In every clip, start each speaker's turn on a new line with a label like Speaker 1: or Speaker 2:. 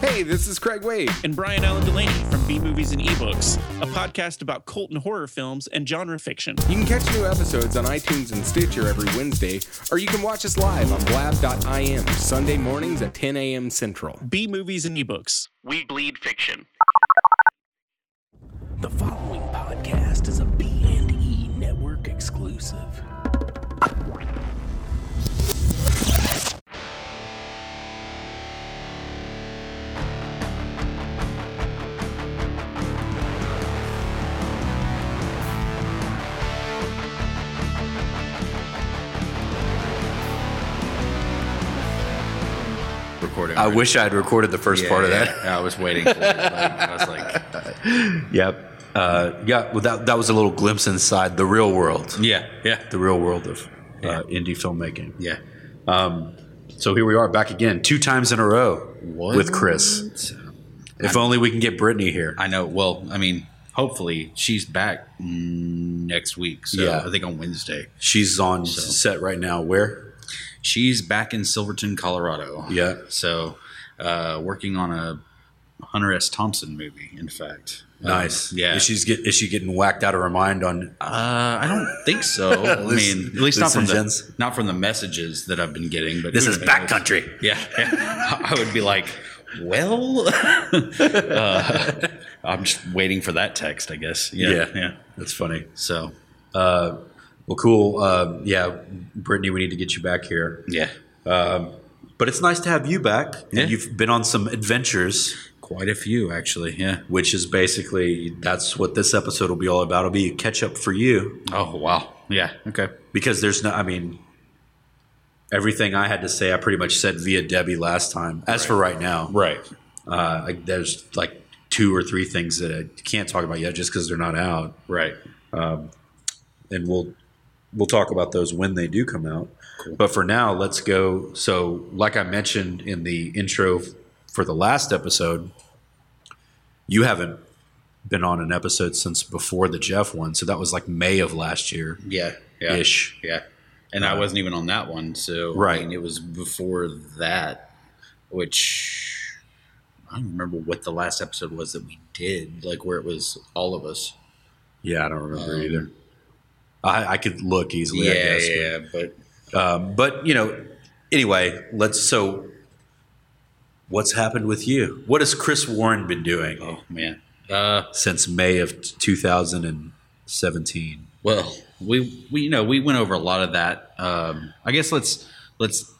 Speaker 1: Hey, this is Craig Wade.
Speaker 2: and Brian Allen Delaney from B Movies and Ebooks, a podcast about cult and horror films and genre fiction.
Speaker 1: You can catch new episodes on iTunes and Stitcher every Wednesday, or you can watch us live on blab.im Sunday mornings at 10 a.m. Central.
Speaker 2: B Movies and Ebooks.
Speaker 3: We bleed fiction.
Speaker 4: The following podcast is a B&E network exclusive.
Speaker 5: recording.
Speaker 6: I wish I'd recorded the first
Speaker 5: Yeah,
Speaker 6: part of
Speaker 5: yeah.
Speaker 6: that.
Speaker 5: Yeah, I was waiting for it. Like, I was like,
Speaker 6: Yep. Uh, yeah. Well, that that was a little glimpse inside the real world,
Speaker 5: yeah, yeah,
Speaker 6: the real world of
Speaker 5: Yeah.
Speaker 6: uh, indie filmmaking.
Speaker 5: yeah.
Speaker 6: Um, so here we are back again, two times in a row with Chris. If only we can get Brittany here.
Speaker 5: I know. Well, I mean, hopefully she's back mm, next week. So
Speaker 6: Yeah.
Speaker 5: I think on Wednesday.
Speaker 6: She's on set right now. Where?
Speaker 5: She's back in Silverton, Colorado.
Speaker 6: Yeah.
Speaker 5: So uh, working on a Hunter S. Thompson movie, in fact.
Speaker 6: Nice.
Speaker 5: Uh, yeah.
Speaker 6: Is she's get, is she getting whacked out of her mind on?
Speaker 5: Uh, I don't think so. I
Speaker 6: Listen-
Speaker 5: mean, at least not
Speaker 6: listen,
Speaker 5: from the
Speaker 6: gents.
Speaker 5: not from the messages that I've been getting. But
Speaker 6: This
Speaker 5: who
Speaker 6: is
Speaker 5: knows?
Speaker 6: backcountry.
Speaker 5: Yeah, yeah. I would be like, well, uh, I'm just waiting for that text, I guess. Yeah, yeah.
Speaker 6: That's funny.
Speaker 5: So,
Speaker 6: Uh, well, cool. Um, yeah, Brittany, we need to get you back here.
Speaker 5: yeah,
Speaker 6: But it's nice to have you back.
Speaker 5: Yeah.
Speaker 6: And you've been on some adventures,
Speaker 5: quite a few actually. Yeah.
Speaker 6: which is basically that's what this episode will be all about. It'll be a catch up for you
Speaker 5: Oh wow. Yeah. Okay.
Speaker 6: because there's no, I mean, everything I had to say, I pretty much said via Debbie last time. As for right now,
Speaker 5: Right.
Speaker 6: uh, like, there's like two or three things that I can't talk about yet just because they're not out.
Speaker 5: Right.
Speaker 6: and we'll we'll talk about those when they do come out. But for now, let's go. So, like I mentioned in the intro f- for the last episode, you haven't been on an episode since before the Jeff one, so that was like May of last year
Speaker 5: Yeah. Yeah.
Speaker 6: ish.
Speaker 5: Yeah. And I wasn't even on that one, so I
Speaker 6: Right.
Speaker 5: mean, it was before that, which I don't remember what the last episode was that we did, like where it was all of us.
Speaker 6: Yeah, I don't remember
Speaker 5: Um,
Speaker 6: either. I, I could look easily. I guess, but-
Speaker 5: yeah, but
Speaker 6: Um, but you know, anyway, let's. So, what's happened with you? What has Chris Warren been doing?
Speaker 5: oh man, uh,
Speaker 6: since May of t- 2017.
Speaker 5: Well, we we you know we went over a lot of that. Um, I guess let's let's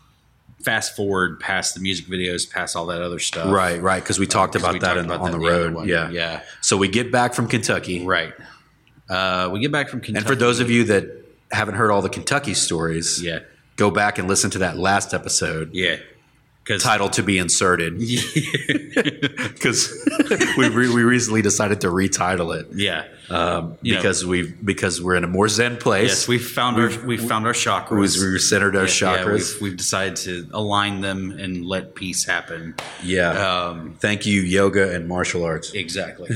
Speaker 5: fast forward past the music videos, past all that other stuff.
Speaker 6: Right, right, because we talked
Speaker 5: 'Cause
Speaker 6: about
Speaker 5: we
Speaker 6: that
Speaker 5: talked
Speaker 6: in,
Speaker 5: about
Speaker 6: on
Speaker 5: that in
Speaker 6: the
Speaker 5: the other
Speaker 6: road.
Speaker 5: one.
Speaker 6: yeah,
Speaker 5: Yeah.
Speaker 6: So we get back from Kentucky,
Speaker 5: Right. Uh, we get back from Kentucky.
Speaker 6: and for those of you that haven't heard all the Kentucky stories,
Speaker 5: yeah,
Speaker 6: go back and listen to that last episode.
Speaker 5: yeah, because
Speaker 6: Title to be inserted because we, re- we recently decided to retitle it
Speaker 5: yeah,
Speaker 6: um,
Speaker 5: You know-
Speaker 6: because we because we're in a more zen place.
Speaker 5: yes, we found our we found our chakras.
Speaker 6: We've- we've centered our
Speaker 5: Yeah, yeah,
Speaker 6: chakras.
Speaker 5: we've, we've decided to align them and let peace happen.
Speaker 6: Yeah.
Speaker 5: Um,
Speaker 6: Thank you, yoga and martial arts.
Speaker 5: Exactly.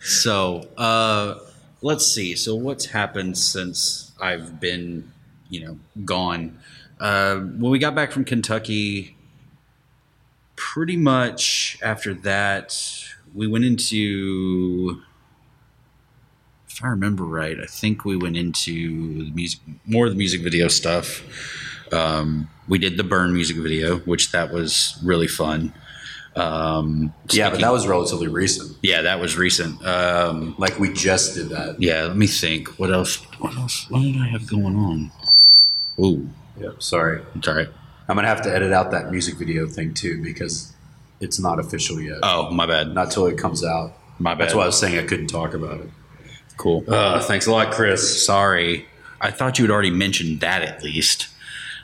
Speaker 5: so uh, let's see. So what's happened since I've been, you know, gone? Uh, when we got back from Kentucky, pretty much after that, we went into. If I remember right, I think we went into the music, more of the music video stuff. Um, we did the Burn music video, which that was really fun. Um,
Speaker 6: yeah, but that was relatively recent.
Speaker 5: yeah, that was recent. Um,
Speaker 6: Like we just did that.
Speaker 5: yeah, let me think. What else? What else? What did I have going on? Ooh,
Speaker 6: Yep. Sorry.
Speaker 5: it's all right.
Speaker 6: I'm gonna have to edit out that music video thing too because it's not official yet.
Speaker 5: Oh, my bad.
Speaker 6: Not till it comes out.
Speaker 5: My bad.
Speaker 6: That's why I was saying I couldn't talk about it.
Speaker 5: cool.
Speaker 6: Uh, thanks a lot, Chris.
Speaker 5: Sorry, I thought you had already mentioned that at least,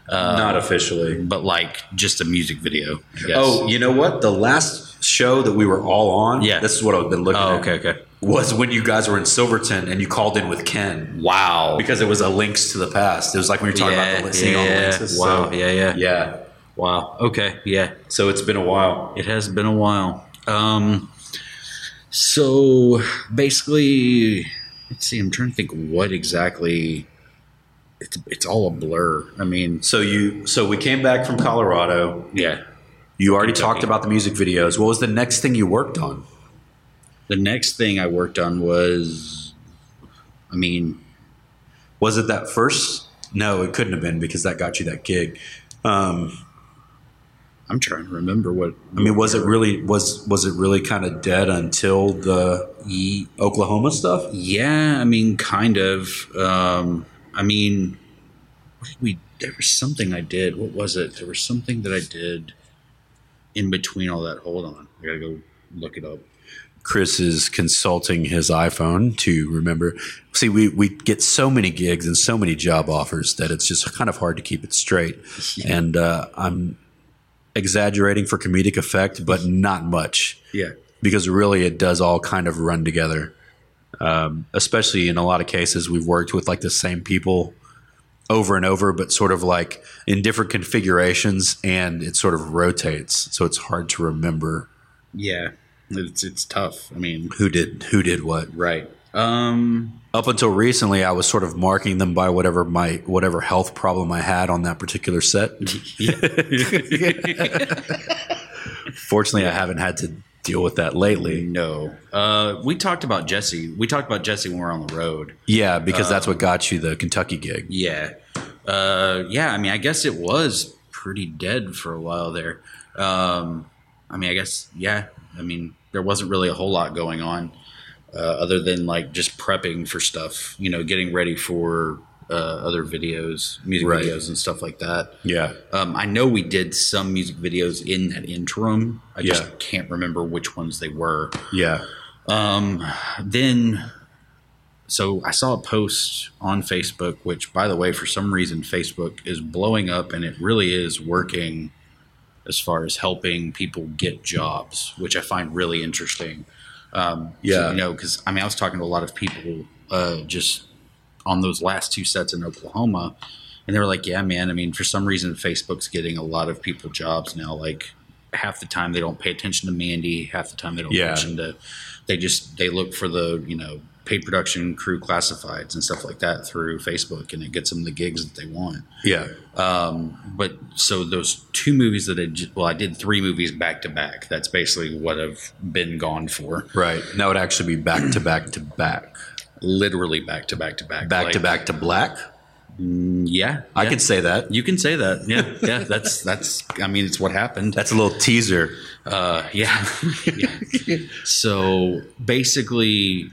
Speaker 5: Uh,
Speaker 6: not officially.
Speaker 5: but like just a music video. I guess.
Speaker 6: Oh, you know what? The last show that we were all on.
Speaker 5: Yeah.
Speaker 6: This is what I've been looking.
Speaker 5: Oh,
Speaker 6: at,
Speaker 5: okay, okay.
Speaker 6: Was when you guys were in Silverton and you called in with Ken
Speaker 5: Wow.
Speaker 6: because it was a links to the past. It was like when we were talking
Speaker 5: yeah,
Speaker 6: about the
Speaker 5: yeah,
Speaker 6: seeing all the links.
Speaker 5: Wow.
Speaker 6: So,
Speaker 5: yeah, yeah.
Speaker 6: yeah.
Speaker 5: Wow. Okay. Yeah.
Speaker 6: So it's been a while.
Speaker 5: It has been a while. Um, so basically, let's see. I'm trying to think what exactly. It's it's all a blur. I mean,
Speaker 6: So you. So we came back from Colorado.
Speaker 5: yeah,
Speaker 6: You already talked about the music videos. What was the next thing you worked on?
Speaker 5: The next thing I worked on was, I mean,
Speaker 6: Was it that first? No, it couldn't have been because that got you that gig. Um,
Speaker 5: I'm trying to remember what.
Speaker 6: I mean, was it really was was it really kind of dead until the
Speaker 5: Ye-
Speaker 6: Oklahoma stuff?
Speaker 5: Yeah, I mean, kind of. Um, I mean, what did we? There was something I did. What was it? There was something that I did in between all that. Hold on, I gotta go look it up.
Speaker 6: Chris is consulting his iPhone to remember. See, we, we get so many gigs and so many job offers that it's just kind of hard to keep it straight. And uh, I'm exaggerating for comedic effect, but not much
Speaker 5: Yeah,
Speaker 6: because really it does all kind of run together. Um, especially in a lot of cases, we've worked with like the same people over and over, but sort of like in different configurations and it sort of rotates. So it's hard to remember
Speaker 5: yeah. It's it's tough. I mean,
Speaker 6: who did who did what.
Speaker 5: right. Um,
Speaker 6: up until recently I was sort of marking them by whatever my whatever health problem I had on that particular set. Fortunately, I haven't had to deal with that lately.
Speaker 5: no. Uh, we talked about Jesse. We talked about Jesse when we were on the road.
Speaker 6: Yeah, because that's what got you the Kentucky gig.
Speaker 5: Yeah. Uh, yeah, I mean, I guess it was pretty dead for a while there. Um, I mean, I guess, yeah. I mean, there wasn't really a whole lot going on uh, other than like just prepping for stuff, you know, getting ready for uh, other videos, music
Speaker 6: Right.
Speaker 5: videos, and stuff like that.
Speaker 6: Yeah.
Speaker 5: Um, I know we did some music videos in that interim. I
Speaker 6: Yeah.
Speaker 5: just can't remember which ones they were.
Speaker 6: Yeah.
Speaker 5: Um, then, so I saw a post on Facebook, which, by the way, for some reason, Facebook is blowing up and it really is working as far as helping people get jobs, which I find really interesting. Um,
Speaker 6: Yeah.
Speaker 5: You know, because I mean, I was talking to a lot of people uh, just on those last two sets in Oklahoma, and they were like, yeah, man, I mean, for some reason, Facebook's getting a lot of people jobs now. Like, half the time they don't pay attention to Mandy, half the time they don't pay
Speaker 6: Yeah.
Speaker 5: attention to, they just, they look for the, you know, paid production crew classifieds and stuff like that through Facebook, and it gets them the gigs that they want.
Speaker 6: Yeah.
Speaker 5: Um, but so those two movies that I j- well, I did three movies back to back. That's basically what I've been gone for,
Speaker 6: Right. Now it'd actually be back to back to back.
Speaker 5: literally back to back to back,
Speaker 6: Back to
Speaker 5: Like,
Speaker 6: back to black.
Speaker 5: Yeah,
Speaker 6: I
Speaker 5: yeah.
Speaker 6: can say that.
Speaker 5: You can say that. Yeah, yeah. That's that's. I mean, it's what happened.
Speaker 6: That's a little teaser.
Speaker 5: Uh, yeah. yeah. So basically,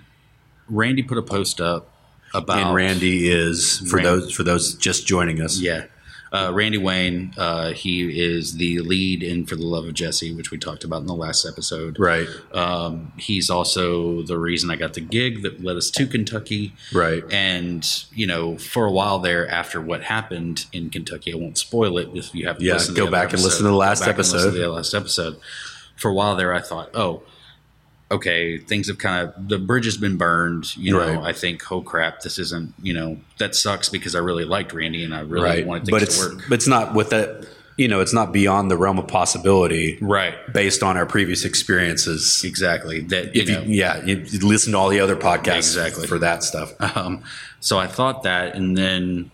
Speaker 5: Randy put a post up about
Speaker 6: And Randy is for
Speaker 5: Randy.
Speaker 6: those for those just joining us.
Speaker 5: Yeah. Uh, Randy Wayne, uh, he is the lead in For the Love of Jesse, which we talked about in the last episode.
Speaker 6: Right.
Speaker 5: Um, he's also the reason I got the gig that led us to Kentucky.
Speaker 6: Right.
Speaker 5: And, you know, for a while there after what happened in Kentucky, I won't spoil it if you haven't
Speaker 6: Yeah,
Speaker 5: listened
Speaker 6: go
Speaker 5: the
Speaker 6: back
Speaker 5: other
Speaker 6: and listen to the
Speaker 5: Go
Speaker 6: last
Speaker 5: back and listen to
Speaker 6: episode.
Speaker 5: the last episode. For a while there, I thought, oh, okay, things have kind of, the bridge has been burned. You know,
Speaker 6: Right.
Speaker 5: I think, oh crap, this isn't, you know, that sucks because I really liked Randy and I really wanted things
Speaker 6: but
Speaker 5: to
Speaker 6: it's
Speaker 5: work.
Speaker 6: but it's not with that. You know, it's not beyond the realm of possibility
Speaker 5: Right.
Speaker 6: based on our previous experiences.
Speaker 5: Exactly. That,
Speaker 6: If you,
Speaker 5: know,
Speaker 6: yeah, you, you listen to all the other podcasts
Speaker 5: Exactly.
Speaker 6: for that stuff.
Speaker 5: Um, so I thought that, and then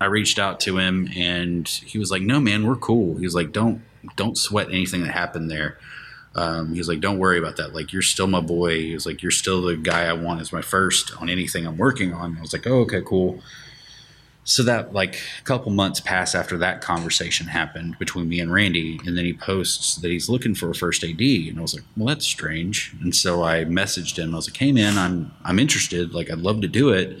Speaker 5: I reached out to him, and he was like, "No, man, we're cool." He was like, "Don't don't sweat anything that happened there." Um, he was like, "Don't worry about that. Like, you're still my boy." He was like, "You're still the guy I want as my first on anything I'm working on." I was like, "Oh, okay, cool." So that like a couple months pass after that conversation happened between me and Randy, and then he posts that he's looking for a first AD, and I was like, "Well, that's strange." And so I messaged him. I was like, "Hey, man, I'm I'm interested. Like, I'd love to do it."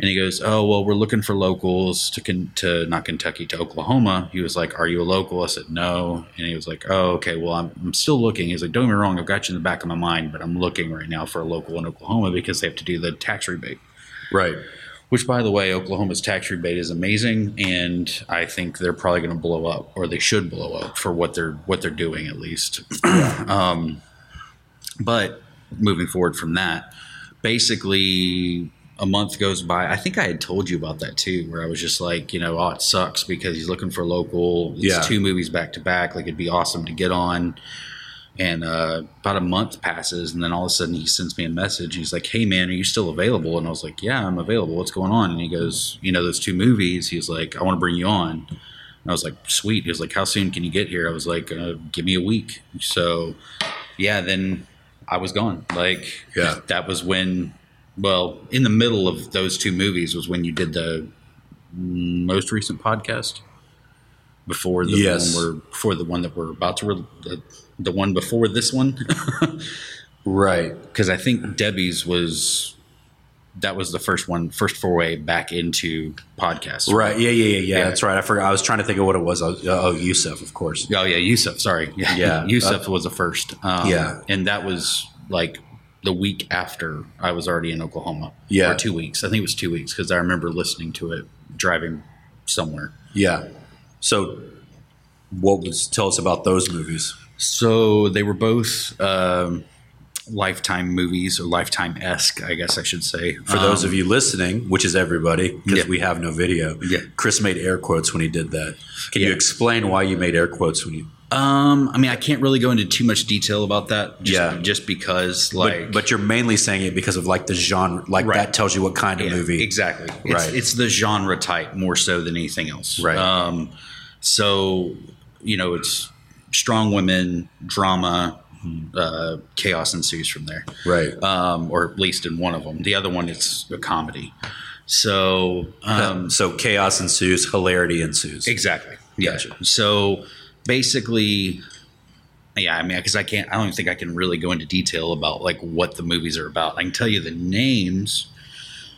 Speaker 5: And he goes, "Oh, well, we're looking for locals to Ken- to not Kentucky to Oklahoma." He was like, "Are you a local?" I said, "No." And he was like, "Oh, okay. Well, I'm, I'm still looking." He's like, "Don't get me wrong. I've got you in the back of my mind, but I'm looking right now for a local in Oklahoma because they have to do the tax rebate."
Speaker 6: Right.
Speaker 5: Which, by the way, Oklahoma's tax rebate is amazing, and I think they're probably going to blow up, or they should blow up for what they're what they're doing at least. um, but moving forward from that, basically a month goes by. I think I had told you about that too, where I was just like, you know, oh, it sucks because he's looking for local. It's
Speaker 6: Yeah.
Speaker 5: two movies back to back. Like it'd be awesome to get on. And uh, about a month passes, and then all of a sudden he sends me a message. He's like, "Hey man, are you still available?" And I was like, "Yeah, I'm available. What's going on?" And he goes, "You know those two movies." He's like, "I want to bring you on." And I was like, sweet. He was like, how soon can you get here? I was like, uh, give me a week. So, yeah, then I was gone. Like,
Speaker 6: Yeah.
Speaker 5: that was when, well, in the middle of those two movies was when you did the most recent podcast before the
Speaker 6: Yes.
Speaker 5: one we're before the one that we're about to re- the, the one before this one
Speaker 6: Right.
Speaker 5: because I think Debbie's was that was the first one first foray back into podcasts
Speaker 6: Right. Yeah, yeah, yeah, yeah.
Speaker 5: Yeah.
Speaker 6: That's right. I forgot. I was trying to think of what it was. I was oh, Yusef, of course.
Speaker 5: Oh yeah, Yusuf. Sorry, yeah,
Speaker 6: Yeah. uh,
Speaker 5: Yusuf was the first. Um,
Speaker 6: Yeah.
Speaker 5: and that was like the week after I was already in Oklahoma.
Speaker 6: Yeah.
Speaker 5: or two weeks. I think it was two weeks because I remember listening to it driving somewhere.
Speaker 6: Yeah. So, what was tell us about those movies?
Speaker 5: So they were both um, lifetime movies or lifetime esque, I guess I should say.
Speaker 6: For those of you listening, which is everybody, because
Speaker 5: Um, Yeah.
Speaker 6: we have no video.
Speaker 5: Yeah.
Speaker 6: Chris made air quotes when he did that. Can you
Speaker 5: Yeah.
Speaker 6: explain why you made air quotes when you?
Speaker 5: um, I mean, I can't really go into too much detail about that. Just,
Speaker 6: Yeah.
Speaker 5: just because like,
Speaker 6: But, but you're mainly saying it because of like the genre. Like
Speaker 5: Right.
Speaker 6: that tells you what kind of
Speaker 5: Yeah,
Speaker 6: movie.
Speaker 5: Exactly. It's,
Speaker 6: Right.
Speaker 5: it's the genre type more so than anything else.
Speaker 6: Right.
Speaker 5: Um, so, you know, it's strong women, drama,
Speaker 6: Mm-hmm.
Speaker 5: uh, chaos ensues from there.
Speaker 6: Right.
Speaker 5: Um, or at least in one of them. The other one, it's a comedy. So, um,
Speaker 6: so chaos ensues, hilarity ensues.
Speaker 5: Exactly. Yeah.
Speaker 6: Gotcha.
Speaker 5: So basically, yeah, I mean, because I can't, I don't think I can really go into detail about like what the movies are about. I can tell you the names.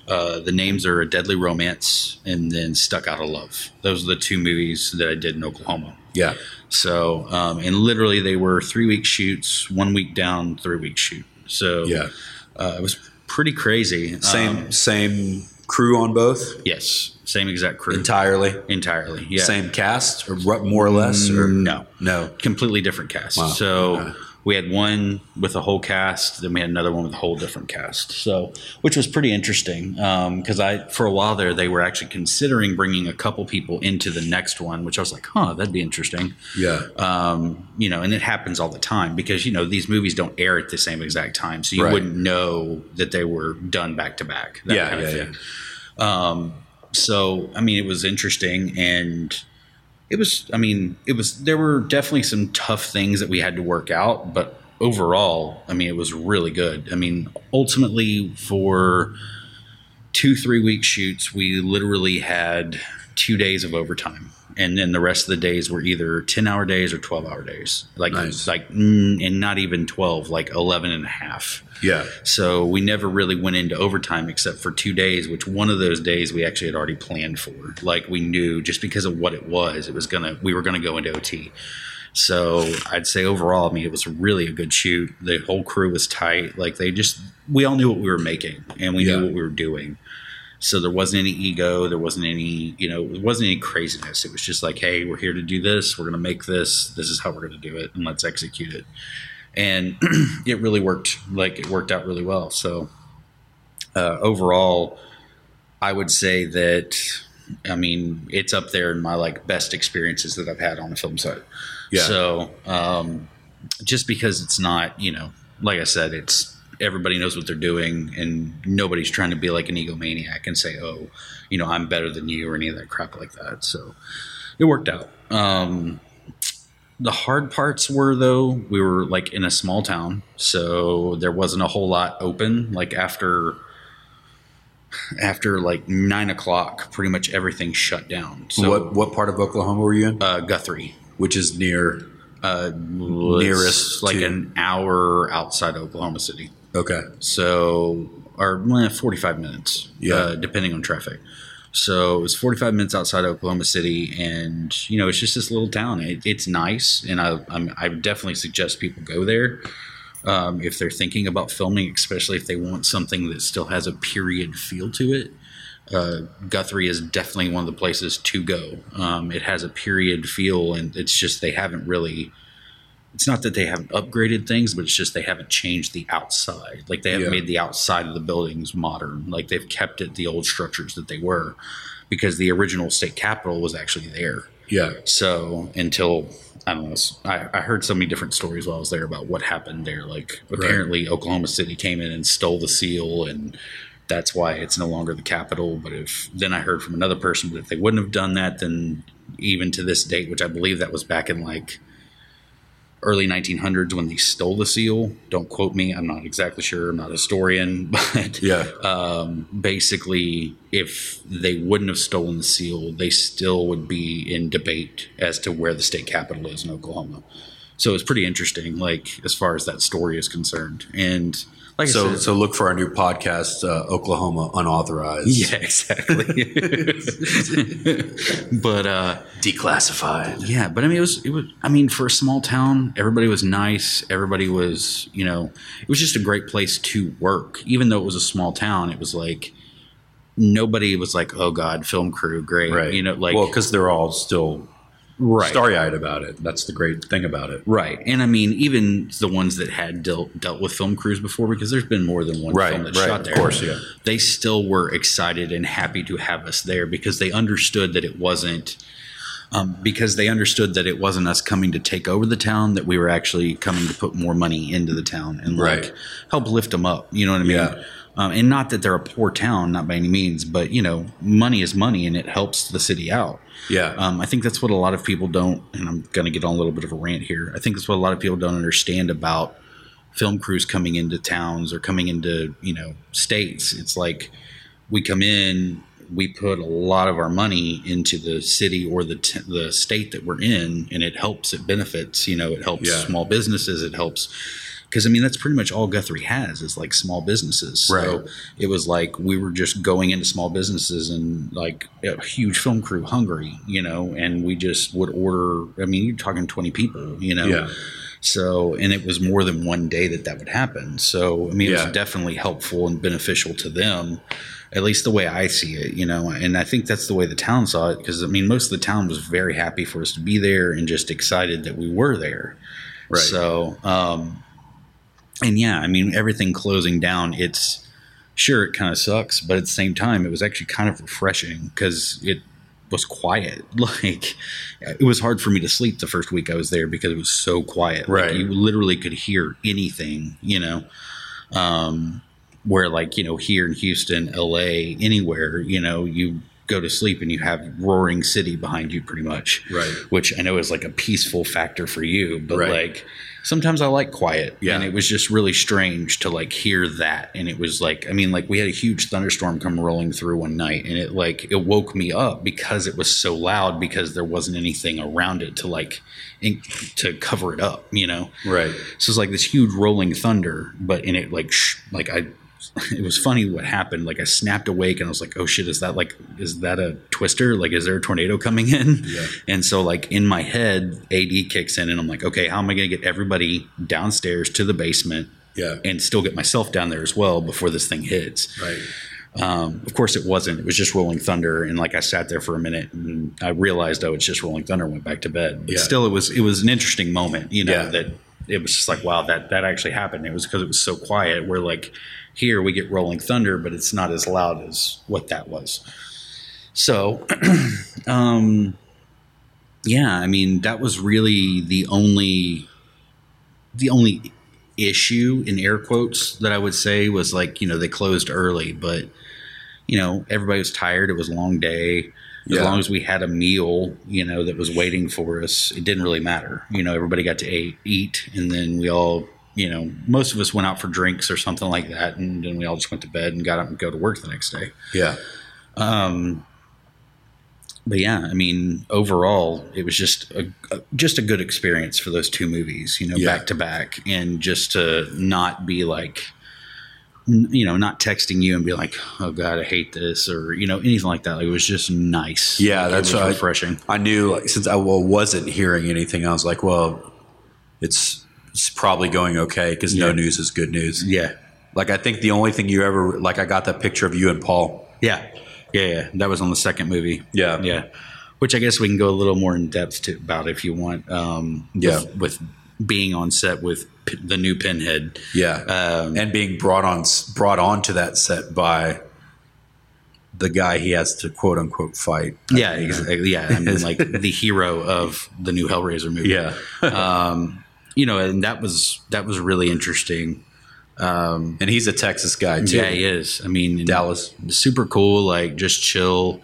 Speaker 5: Uh, the names are A Deadly Romance and then Stuck Out of Love. Those are the two movies that I did in Oklahoma.
Speaker 6: yeah.
Speaker 5: So, um, and literally they were three week shoots, one week down, three week shoot. So,
Speaker 6: Yeah.
Speaker 5: uh, it was pretty crazy.
Speaker 6: Same
Speaker 5: Um,
Speaker 6: same crew on both
Speaker 5: yes, same exact crew.
Speaker 6: entirely.
Speaker 5: entirely. Yeah. Mm,
Speaker 6: Same cast or ru- more or less or
Speaker 5: No.
Speaker 6: no.
Speaker 5: completely different cast.
Speaker 6: Wow.
Speaker 5: So
Speaker 6: Okay.
Speaker 5: we had one with a whole cast, then we had another one with a whole different cast. So, which was pretty interesting because I, for a while there, they were actually considering bringing a couple people into the next one, which I was like, huh, that'd be interesting.
Speaker 6: Yeah.
Speaker 5: Um, you know, and it happens all the time because you know these movies don't air at the same exact time, so you
Speaker 6: Right.
Speaker 5: wouldn't know that they were done back to back. that
Speaker 6: Yeah,
Speaker 5: kind of
Speaker 6: yeah,
Speaker 5: thing. Um, so I mean, it was interesting, and it was. I mean, it was. There were definitely some tough things that we had to work out, but overall, I mean, it was really good. I mean, ultimately for two three week shoots we literally had two days of overtime and then the rest of the days were either 10 hour days or 12 hour days like
Speaker 6: Nice.
Speaker 5: like mm, and not even 12 like 11 and a half
Speaker 6: yeah.
Speaker 5: so we never really went into overtime except for two days which one of those days we actually had already planned for like we knew just because of what it was it was gonna we were gonna go into ot so I'd say overall, I mean, it was really a good shoot. The whole crew was tight. Like they just, we all knew what we were making and we
Speaker 6: Yeah.
Speaker 5: knew what we were doing. So there wasn't any ego. There wasn't any, you know, there wasn't any craziness. It was just like, hey, we're here to do this. We're going to make this. This is how we're going to do it, and let's execute it. And it really worked. Like it worked out really well. So uh, overall, I would say that. I mean, it's up there in my like best experiences that I've had on a film set.
Speaker 6: Yeah.
Speaker 5: So um, just because it's not, you know, like I said, it's everybody knows what they're doing and nobody's trying to be like an egomaniac and say, oh, you know, I'm better than you or any of that crap like that. So it worked out. Um, the hard parts were though we were like in a small town, so there wasn't a whole lot open. Like after after like nine o'clock, pretty much everything shut down. So
Speaker 6: what what part of Oklahoma were you in?
Speaker 5: uh, Guthrie,
Speaker 6: Which is near
Speaker 5: uh,
Speaker 6: Nearest
Speaker 5: nearest like
Speaker 6: to-
Speaker 5: an hour outside Oklahoma City.
Speaker 6: Okay.
Speaker 5: So, or eh, 45 minutes,
Speaker 6: Yeah.
Speaker 5: uh, depending on traffic. So it was 45 minutes outside Oklahoma City, and you know it's just this little town. It, it's nice, and I I'm, I would definitely suggest people go there um, if they're thinking about filming, especially if they want something that still has a period feel to it. Uh, Guthrie is definitely one of the places to go. Um, it has a period feel, and it's just they haven't really it's not that they haven't upgraded things, but it's just they haven't changed the outside. Like they haven't
Speaker 6: Yeah.
Speaker 5: made the outside of the buildings modern. Like they've kept it the old structures that they were, because the original state capitol was actually there.
Speaker 6: Yeah.
Speaker 5: So until I don't know, s- I, I heard so many different stories while I was there about what happened there. Like apparently Oklahoma City came in and stole the seal, and that's why it's no longer the capital. But if then I heard from another person that if they wouldn't have done that, then even to this date, which I believe that was back in like early 1900s when they stole the seal. Don't quote me. I'm not exactly sure. I'm not a historian, but
Speaker 6: Yeah.
Speaker 5: um, basically, if they wouldn't have stolen the seal, they still would be in debate as to where the state capital is in Oklahoma. So it's pretty interesting, like as far as that story is concerned. And like I
Speaker 6: So
Speaker 5: said,
Speaker 6: so look for our new podcast, uh, Oklahoma Unauthorized.
Speaker 5: yeah, exactly. but uh,
Speaker 6: Declassified.
Speaker 5: yeah, but I mean, it was it was. I mean, for a small town, everybody was nice. Everybody was, you know, it was just a great place to work. Even though it was a small town, it was like nobody was like, "Oh God, film crew, great."
Speaker 6: Right.
Speaker 5: You know, like
Speaker 6: well, because they're all still
Speaker 5: right,
Speaker 6: starry eyed about it. That's the great thing about it.
Speaker 5: right. And I mean, even the ones that had dealt dealt with film crews before, because there's been more than one
Speaker 6: Right,
Speaker 5: film that
Speaker 6: right,
Speaker 5: shot
Speaker 6: of
Speaker 5: there.
Speaker 6: course, yeah.
Speaker 5: They still were excited and happy to have us there because they understood that it wasn't. um, because they understood that it wasn't us coming to take over the town, that we were actually coming to put more money into the town and like
Speaker 6: Right.
Speaker 5: help lift them up. You know what I mean?
Speaker 6: Yeah.
Speaker 5: Um, and not that they're a poor town, not by any means, but you know, money is money, and it helps the city out.
Speaker 6: Yeah.
Speaker 5: Um, I think that's what a lot of people don't, and I'm going to get on a little bit of a rant here. I think that's what a lot of people don't understand about film crews coming into towns or coming into, you know, states. It's like we come in, we put a lot of our money into the city or the, t- the state that we're in, and it helps, it benefits, you know, it helps
Speaker 6: Yeah.
Speaker 5: small businesses, it helps. Because I mean, that's pretty much all Guthrie has is like small businesses. So
Speaker 6: Right.
Speaker 5: it was like we were just going into small businesses and like a huge film crew hungry, you know, and we just would order. I mean, you're talking 20 people, you know.
Speaker 6: Yeah.
Speaker 5: So, and it was more than one day that that would happen. So, I mean, it
Speaker 6: Yeah.
Speaker 5: was definitely helpful and beneficial to them, at least the way I see it, you know. And I think that's the way the town saw it because I mean, most of the town was very happy for us to be there and just excited that we were there.
Speaker 6: Right.
Speaker 5: So, um, and yeah, I mean, everything closing down, it's sure it kind of sucks, but at the same time, it was actually kind of refreshing because it was quiet. Like, it was hard for me to sleep the first week I was there because it was so quiet. Like,
Speaker 6: Right.
Speaker 5: you literally could hear anything, you know. Um, where like you know here in Houston, L.A., anywhere, you know, you go to sleep and you have roaring city behind you, pretty much.
Speaker 6: Right.
Speaker 5: Which I know is like a peaceful factor for you, but
Speaker 6: Right.
Speaker 5: like sometimes I like quiet.
Speaker 6: Yeah.
Speaker 5: And it was just really strange to like hear that, and it was like I mean, like we had a huge thunderstorm come rolling through one night, and it like it woke me up because it was so loud because there wasn't anything around it to like in, to cover it up, you know.
Speaker 6: Right.
Speaker 5: So it's like this huge rolling thunder, but in it like sh- like I, it was funny what happened. Like I snapped awake and I was like, oh shit, is that like is that a twister? Like is there a tornado coming in?
Speaker 6: Yeah.
Speaker 5: And so like in my head, AD kicks in and I'm like, okay, how am I gonna get everybody downstairs to the basement
Speaker 6: Yeah.
Speaker 5: and still get myself down there as well before this thing hits?
Speaker 6: Right.
Speaker 5: Um, of course, it wasn't. It was just rolling thunder, and like I sat there for a minute, and I realized oh, it's just rolling thunder. and Went back to bed. But
Speaker 6: Yeah.
Speaker 5: still, it was it was an interesting moment. You know
Speaker 6: Yeah.
Speaker 5: that it was just like wow, that that actually happened. It was because it was so quiet. We're like here we get rolling thunder, but it's not as loud as what that was. So, um, yeah, I mean that was really the only the only issue in air quotes that I would say was like, you know, they closed early, but you know, everybody was tired. It was a long day. As
Speaker 6: Yeah.
Speaker 5: long as we had a meal, you know, that was waiting for us, it didn't really matter. You know, everybody got to eat, eat and then we all, you know, most of us went out for drinks or something like that. And then we all just went to bed and got up and go to work the next day.
Speaker 6: Yeah.
Speaker 5: Um, but yeah, I mean, overall, it was just a, a- just a good experience for those two movies, you know,
Speaker 6: Yeah.
Speaker 5: back to back, and just to not be like, n- you know, not texting you and be like, oh god, I hate this, or you know, anything like that. Like, it was just nice.
Speaker 6: Yeah,
Speaker 5: Like, it
Speaker 6: that's
Speaker 5: was
Speaker 6: what I-
Speaker 5: refreshing.
Speaker 6: I knew like since I well, wasn't hearing anything, I was like, well, it's it's probably going okay because no
Speaker 5: Yeah.
Speaker 6: news is good news.
Speaker 5: yeah,
Speaker 6: Like I think the only thing you ever like I got that picture of you and Paul.
Speaker 5: yeah, yeah, yeah. That was on the second movie.
Speaker 6: Yeah.
Speaker 5: yeah. Which I guess we can go a little more in depth to, about if you want. Um, with-
Speaker 6: Yeah.
Speaker 5: with, being on set with P- the new Pinhead. Um,
Speaker 6: Yeah. and being brought on brought onto that set by the guy he has to quote unquote fight.
Speaker 5: Yeah, exactly. Yeah, I mean, like the hero of the new Hellraiser movie. you know, and that was that was really interesting. Um,
Speaker 6: and he's a Texas guy too.
Speaker 5: Yeah, he is. I mean,
Speaker 6: Dallas.
Speaker 5: super cool, like just chill.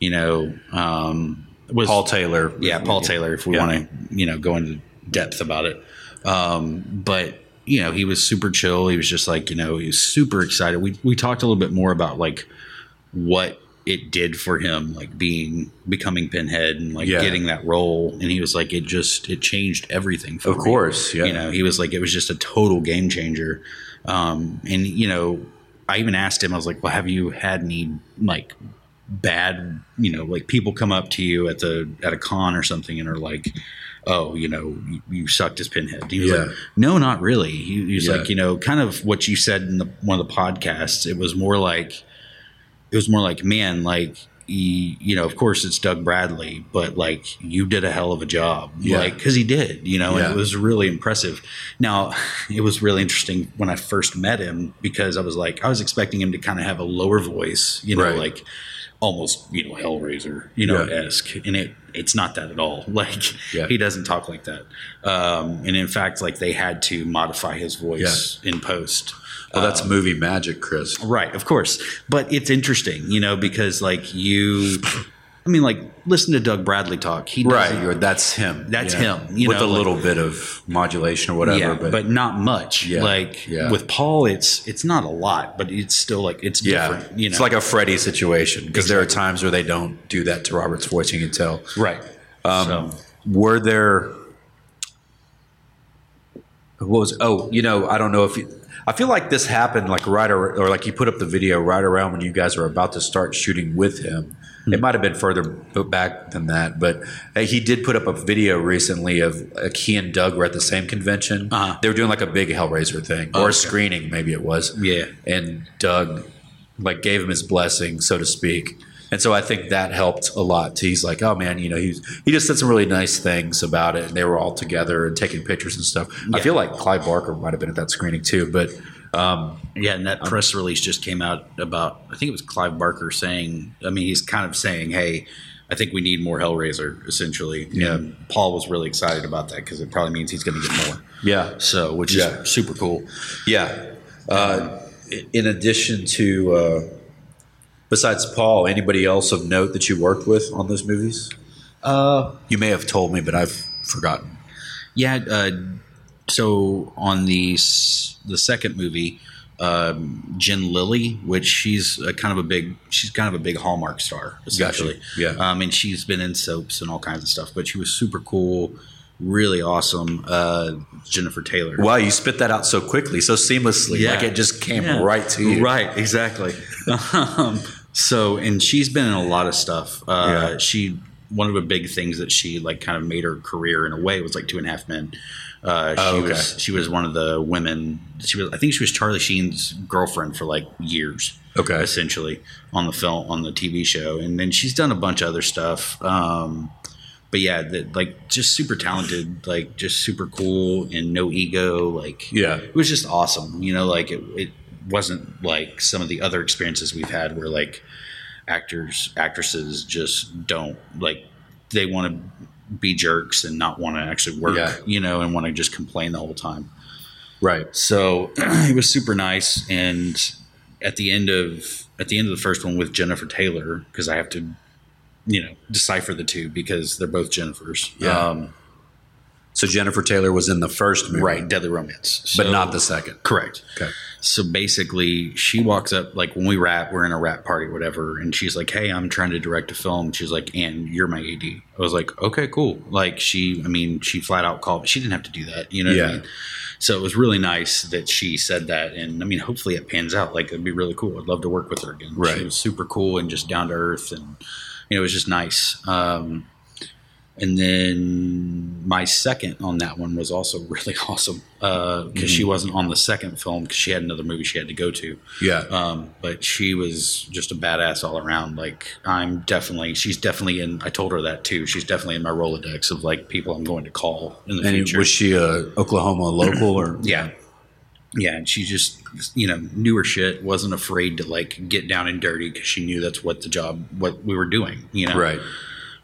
Speaker 5: You know, um, was
Speaker 6: Paul Taylor.
Speaker 5: yeah, Paul Taylor, if we
Speaker 6: Yeah.
Speaker 5: want to, you know, go into depth about it. Um, but you know, he was super chill. He was just like, you know, he was super excited. We we talked a little bit more about like what it did for him, like being becoming Pinhead and like
Speaker 6: Yeah.
Speaker 5: getting that role. And he was like, it just it changed everything for
Speaker 6: Of
Speaker 5: me.
Speaker 6: course, yeah.
Speaker 5: You know, he was like, it was just a total game changer. Um, and you know, I even asked him, I was like, well, have you had any like bad, you know, like people come up to you at the at a con or something and are like, oh, you know, you, you sucked as pinhead. And he was
Speaker 6: Yeah.
Speaker 5: like, no, not really. He, he was
Speaker 6: Yeah.
Speaker 5: like, you know, kind of what you said in the one of the podcasts. It was more like, it was more like, man, like. He, you know, of course, it's Doug Bradley, but like you did a hell of a job,
Speaker 6: Yeah.
Speaker 5: like because he did, you know, and
Speaker 6: Yeah.
Speaker 5: it was really impressive. Now, it was really interesting when I first met him because I was like, I was expecting him to kind of have a lower voice, you know,
Speaker 6: Right.
Speaker 5: like almost you know Hellraiser, you know,
Speaker 6: Yeah.
Speaker 5: esque, and it it's not that at all. Like
Speaker 6: Yeah.
Speaker 5: he doesn't talk like that, um, and in fact, like they had to modify his voice in post.
Speaker 6: Well, that's
Speaker 5: uh,
Speaker 6: movie magic, Chris.
Speaker 5: Right, of course. But it's interesting, you know, because like you, I mean, like listen to Doug Bradley talk. He doesn't-
Speaker 6: Or that's him.
Speaker 5: That's him, you
Speaker 6: With
Speaker 5: know,
Speaker 6: a
Speaker 5: like-
Speaker 6: little bit of modulation or whatever.
Speaker 5: yeah,
Speaker 6: but,
Speaker 5: but, not much.
Speaker 6: Yeah,
Speaker 5: like
Speaker 6: yeah.
Speaker 5: with Paul, it's it's not a lot, but it's still like it's
Speaker 6: yeah,
Speaker 5: different. You know,
Speaker 6: it's like a Freddy situation because there are times where they don't do that to Robert's voice. You can tell.
Speaker 5: right.
Speaker 6: Um, Were there? What was? Oh, you know, I don't know if. You, I feel like this happened like right or, or like you put up the video right around when you guys were about to start shooting with him. It might have been further b- back than that, but uh, he did put up a video recently of like he and Doug were at the same convention.
Speaker 5: Uh-huh.
Speaker 6: They were doing like a big Hellraiser thing or a screening, maybe it was.
Speaker 5: Yeah.
Speaker 6: and Doug like gave him his blessing, so to speak. And so I think that helped a lot. He's like, oh man, you know, he's he just said some really nice things about it, and they were all together and taking pictures and stuff. I feel like Clyde Barker might have been at that screening too, but um,
Speaker 5: Yeah, and that press release just came out about I think it was Clive Barker saying. I mean, he's kind of saying, "Hey, I think we need more Hellraiser." Essentially, yeah. Paul was really excited about that because it probably means he's going to get more.
Speaker 6: yeah,
Speaker 5: So, which
Speaker 6: Yeah.
Speaker 5: is super cool.
Speaker 6: yeah. Uh, i- in addition to uh, besides Paul, anybody else of note that you worked with on those movies? Uh, you may have told me, but I've forgotten.
Speaker 5: Yeah. Uh, so on the s- the second movie, um, Jen Lilly, which she's a kind of a big she's kind of a big Hallmark star essentially.
Speaker 6: Yeah.
Speaker 5: Um, and she's been in soaps and all kinds of stuff, but she was super cool, really awesome. Uh, Jennifer Taylor.
Speaker 6: Wow, you spit that out so quickly, so seamlessly,
Speaker 5: Yeah.
Speaker 6: like it just came
Speaker 5: Yeah.
Speaker 6: right to you.
Speaker 5: Right, exactly. um, so, and she's been in a lot of stuff. Uh,
Speaker 6: Yeah.
Speaker 5: She one of the big things that she like kind of made her career in a way was like Two and a Half Men. Uh, she
Speaker 6: Oh, okay.
Speaker 5: was she was one of the women. She was I think she was Charlie Sheen's girlfriend for like years.
Speaker 6: Okay.
Speaker 5: essentially on the film on the TV show, and then she's done a bunch of other stuff. Um, but yeah, the, like just super talented, like just super cool and no ego. Like
Speaker 6: Yeah.
Speaker 5: it was just awesome. You know, like it, it wasn't like some of the other experiences we've had where like actors, actresses just don't like they want to be jerks and not want to actually work,
Speaker 6: Yeah.
Speaker 5: you know, and want to just complain the whole time.
Speaker 6: Right.
Speaker 5: So it was super nice. And at the end of at the end of the first one with Jennifer Taylor, because I have to, you know, decipher the two because they're both Jennifers.
Speaker 6: Yeah.
Speaker 5: Um,
Speaker 6: So Jennifer Taylor was in the first movie,
Speaker 5: Uh, right, Deadly Romance,
Speaker 6: But
Speaker 5: So-
Speaker 6: not the second.
Speaker 5: correct.
Speaker 6: Okay.
Speaker 5: So basically, she walks up like when we rap, we're in a rap party, or whatever, and she's like, "Hey, I'm trying to direct a film." She's like, "And you're my AD." I was like, "Okay, cool." Like she, I mean, she flat out called. She didn't have to do that, you know. What
Speaker 6: Yeah.
Speaker 5: I mean? So it was really nice that she said that, and I mean, hopefully it pans out. Like it'd be really cool. I'd love to work with her again.
Speaker 6: Right.
Speaker 5: She was super cool and just down to earth, and you know, it was just nice. Um, and then my second on that one was also really awesome because she
Speaker 6: Mm-hmm.
Speaker 5: wasn't on the second film because she had another movie she had to go to.
Speaker 6: Yeah.
Speaker 5: Um, but she was just a badass all around. Like I'm definitely, she's definitely in. I told her that too. She's definitely in my Rolodex of like people I'm going to call in the
Speaker 6: and
Speaker 5: future.
Speaker 6: was she a Oklahoma local or?
Speaker 5: yeah, yeah. And she just, you know, knew her shit. wasn't afraid to like get down and dirty because she knew that's what the job, what we were doing. You know,
Speaker 6: Right.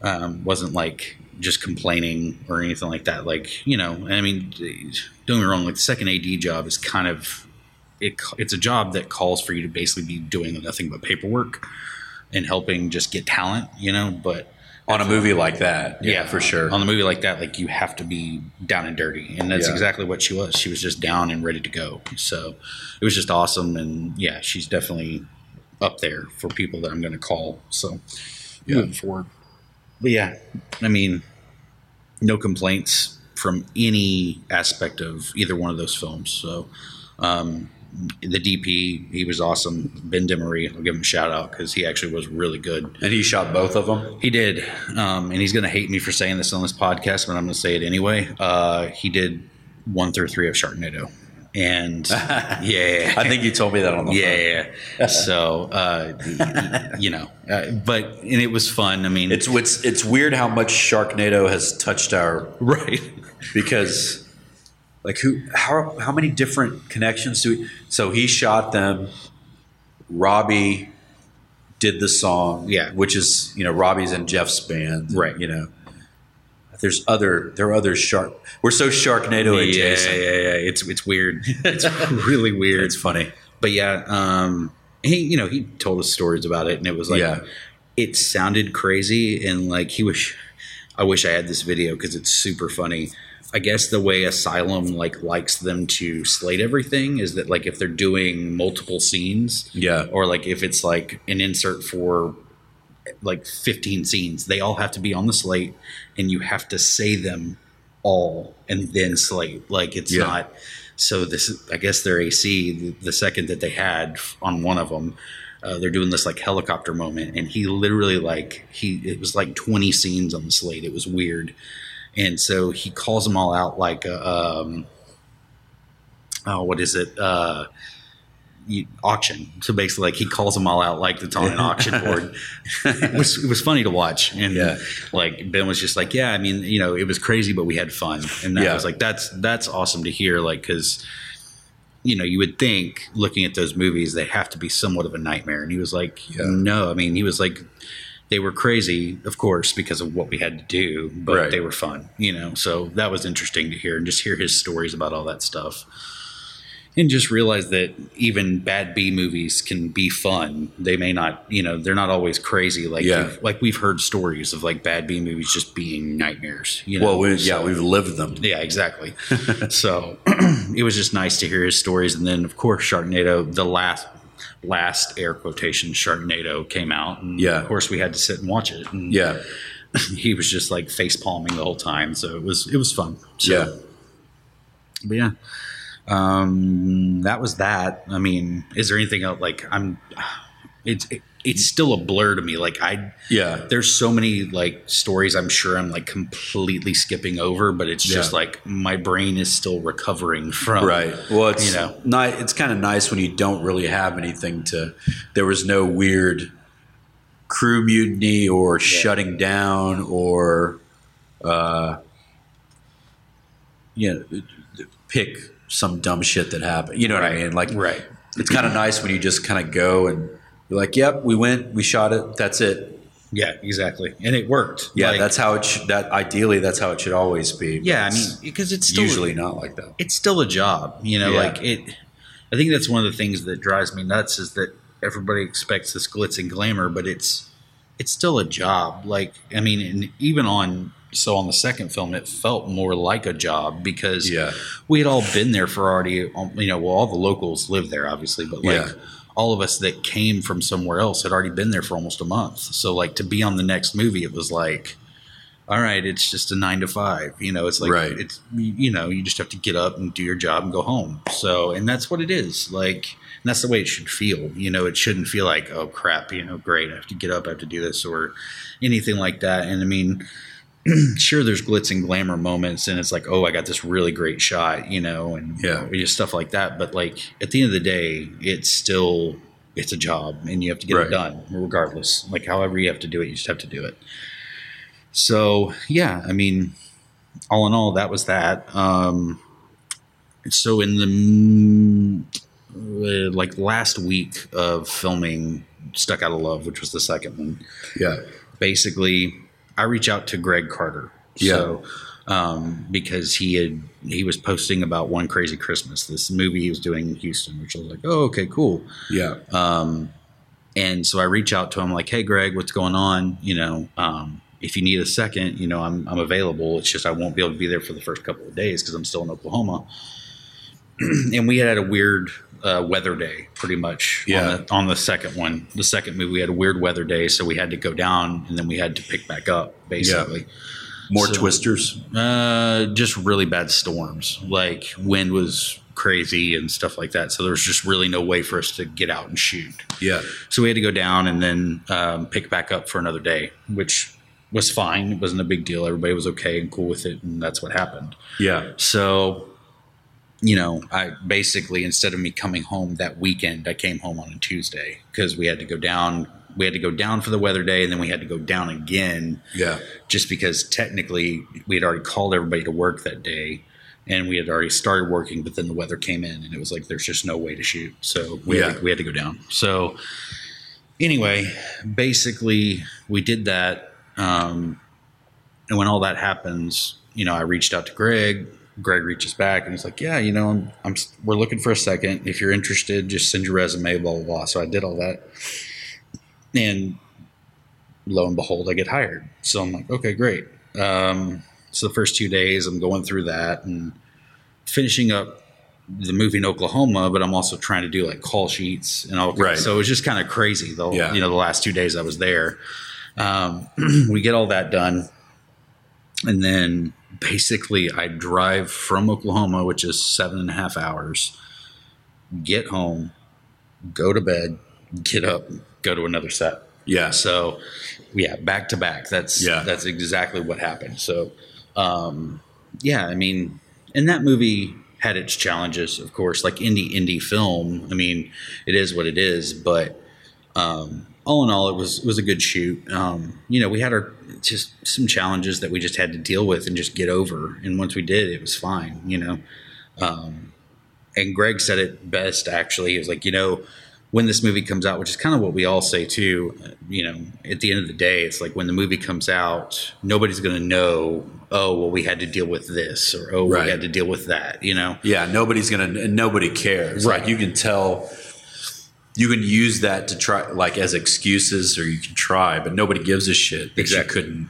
Speaker 5: um, wasn't like just complaining or anything like that. Like you know, I mean, don't get me wrong. Like the second AD job is kind of it, it's a job that calls for you to basically be doing nothing but paperwork and helping just get talent, you know. But
Speaker 6: on a movie like that. Yeah, for sure.
Speaker 5: On the movie like that, like you have to be down and dirty, and that's
Speaker 6: Yeah.
Speaker 5: exactly what she was. She was just down and ready to go. So it was just awesome, and yeah, she's definitely up there for people that I'm going to call. So moving forward, but yeah, I mean, no complaints from any aspect of either one of those films. So um, the DP, he was awesome. Ben Demery, I'll give him a shout out because he actually was really good.
Speaker 6: and he shot both of them.
Speaker 5: He did, um, and he's going to hate me for saying this on this podcast, but I'm going to say it anyway. Uh, he did one through three of Sharknado, and yeah,
Speaker 6: I think you told me that on the
Speaker 5: yeah,
Speaker 6: phone.
Speaker 5: yeah, yeah. So uh, you know, uh, but and it was fun. I mean,
Speaker 6: It's it's it's weird how much Sharknado has touched our
Speaker 5: right.
Speaker 6: because like who how how many different connections do we so he shot them robbie did the song
Speaker 5: Yeah.
Speaker 6: which is you know robbie's in jeff's band
Speaker 5: Right.
Speaker 6: you know there's other there are other shark we're so sharknado
Speaker 5: Yeah, yeah,
Speaker 6: adjacent
Speaker 5: yeah. It's it's weird. It's really weird.
Speaker 6: it's funny
Speaker 5: but yeah, um, he you know he told us stories about it, and it was like
Speaker 6: Yeah.
Speaker 5: it sounded crazy, and like he was. I wish I had this video because it's super funny. I guess the way Asylum like likes them to slate everything is that like if they're doing multiple scenes,
Speaker 6: yeah
Speaker 5: or like if it's like an insert for like 15 scenes they all have to be on the slate and you have to say them all and then slate like it's
Speaker 6: Yeah.
Speaker 5: not so this is- i guess their ac the, the second that they had on one of them uh, they're doing this like helicopter moment and he literally like he it was like 20 scenes on the slate it was weird and so he calls them all out like uh, um oh what is it uh you- auction so basically like he calls them all out like it's on an auction board it was it was funny to watch and
Speaker 6: Yeah.
Speaker 5: like ben was just like yeah i mean you know it was crazy but we had fun and that
Speaker 6: Yeah.
Speaker 5: was like that's that's awesome to hear like because you know, you would think looking at those movies, they have to be somewhat of a nightmare. And he was like,
Speaker 6: Yeah.
Speaker 5: no, I mean, he was like, they were crazy, of course, because of what we had to do, but
Speaker 6: Right.
Speaker 5: they were fun, you know? So that was interesting to hear and just hear his stories about all that stuff. And just realize that even bad B movies can be fun. They may not, you know, they're not always crazy. Like,
Speaker 6: Yeah.
Speaker 5: you've- like we've heard stories of like bad B movies just being nightmares. You know?
Speaker 6: well we,
Speaker 5: So-
Speaker 6: yeah we've lived them
Speaker 5: yeah, exactly. so it was just nice to hear his stories, and then of course Sharknado, the last last air quotation Sharknado came out, and
Speaker 6: Yeah.
Speaker 5: of course we had to sit and watch it. And
Speaker 6: yeah
Speaker 5: he was just like face palming the whole time, so it was it was fun. So,
Speaker 6: yeah
Speaker 5: but yeah, um, that was that. I mean, is there anything else? Like I'm, it's it, it's still a blur to me. Like I
Speaker 6: yeah
Speaker 5: there's so many like stories I'm sure I'm like completely skipping over, but it's just
Speaker 6: Yeah.
Speaker 5: like my brain is still recovering from
Speaker 6: right well it's
Speaker 5: you know.
Speaker 6: ni- it's kind of nice when you don't really have anything to there was no weird crew mutiny or shutting down or uh you know pick some dumb shit that happened you know what i mean like
Speaker 5: Right.
Speaker 6: it's kind of nice when you just kind of go and you're like yep we went we shot it that's it
Speaker 5: Yeah, exactly. And it worked.
Speaker 6: yeah
Speaker 5: Like,
Speaker 6: that's how it sh- that ideally that's how it should always be but
Speaker 5: yeah. I mean,
Speaker 6: it's
Speaker 5: because it's still,
Speaker 6: usually not like that
Speaker 5: it's still a job, you know,
Speaker 6: Yeah.
Speaker 5: like it, I think that's one of the things that drives me nuts is that everybody expects this glitz and glamour, but it's, it's still a job. Like, I mean, and even on, so on the second film, it felt more like a job because
Speaker 6: Yeah.
Speaker 5: we had all been there for already, um, you know, well, all the locals live there, obviously, but like
Speaker 6: Yeah.
Speaker 5: all of us that came from somewhere else had already been there for almost a month. So, like, to be on the next movie, it was like, all right, it's just a nine to five. You know, it's like,
Speaker 6: Right.
Speaker 5: it's, you you know, you just have to get up and do your job and go home. So, and that's what it is. Like, and that's the way it should feel. You know, it shouldn't feel like, oh crap, you know, great, I have to get up, I have to do this or anything like that. And I mean, sure there's glitz and glamour moments and it's like oh i got this really great shot you know and
Speaker 6: Yeah.
Speaker 5: you know, just stuff like that but like at the end of the day it's still it's a job and you have to get
Speaker 6: Right.
Speaker 5: it done regardless like however you have to do it you just have to do it so yeah i mean all in all that was that um so in the m- uh, like last week of filming stuck out of love which was the second one
Speaker 6: yeah
Speaker 5: basically I reach out to Greg Carter. So um, because he had he was posting about One Crazy Christmas, this movie he was doing in Houston, which I was like, Oh, okay, cool.
Speaker 6: yeah
Speaker 5: Uh, Um, and so I reach out to him like, Hey Greg, what's going on? You know, um, if you need a second, you know, I'm, I'm available. It's just I won't be able to be there for the first couple of days because I'm still in Oklahoma. and we had a weird uh, weather day pretty much on,
Speaker 6: Yeah.
Speaker 5: the, on the second one. The second movie, we had a weird weather day. So we had to go down and then we had to pick back up basically.
Speaker 6: More
Speaker 5: So-
Speaker 6: twisters.
Speaker 5: Uh, just really bad storms. Like wind was crazy and stuff like that. So there was just really no way for us to get out and shoot.
Speaker 6: Yeah.
Speaker 5: So we had to go down and then um, pick back up for another day, which was fine. It wasn't a big deal. Everybody was okay and cool with it, and that's what happened.
Speaker 6: Yeah.
Speaker 5: So, you know, I basically instead of me coming home that weekend, I came home on a Tuesday because we had to go down. We had to go down for the weather day, and then we had to go down again
Speaker 6: Yeah.
Speaker 5: just because technically we had already called everybody to work that day and we had already started working but then the weather came in and it was like there's just no way to shoot so we, had,
Speaker 6: Yeah.
Speaker 5: to, we had to go down so anyway basically we did that um, and when all that happens you know i reached out to greg greg reaches back and he's like yeah you know I'm, I'm s- we're looking for a second if you're interested just send your resume blah blah blah so i did all that and lo and behold, I get hired. So I'm like, okay, great. Um, so the first two days, I'm going through that and finishing up the movie in Oklahoma, but I'm also trying to do like call sheets and all.
Speaker 6: Right.
Speaker 5: So it was just kind of crazy. The
Speaker 6: Yeah.
Speaker 5: you know the last two days I was there, um, we get all that done, and then basically I drive from Oklahoma, which is seven and a half hours, get home, go to bed, get up, go to another set.
Speaker 6: Yeah.
Speaker 5: So, yeah, back to back. That's
Speaker 6: Yeah.
Speaker 5: that's exactly what happened. So, um, yeah, I mean, and that movie had its challenges, of course. Like indie indie film, I mean, it is what it is. But um, all in all, it was it was a good shoot. Um, you know, we had our just some challenges that we just had to deal with and just get over. And once we did, it was fine. You know. Um, and Greg said it best actually. He was like, you know, when this movie comes out, which is kind of what we all say too, uh, you know, at the end of the day, it's like when the movie comes out, nobody's going to know, oh, well, we had to deal with this or, oh,
Speaker 6: Right.
Speaker 5: we had to deal with that, you know?
Speaker 6: Yeah, nobody's gonna, and nobody cares.
Speaker 5: Right.
Speaker 6: Like you can tell, you can use that to try, like as excuses, or you can try, but nobody gives a shit. that
Speaker 5: Exactly.
Speaker 6: You couldn't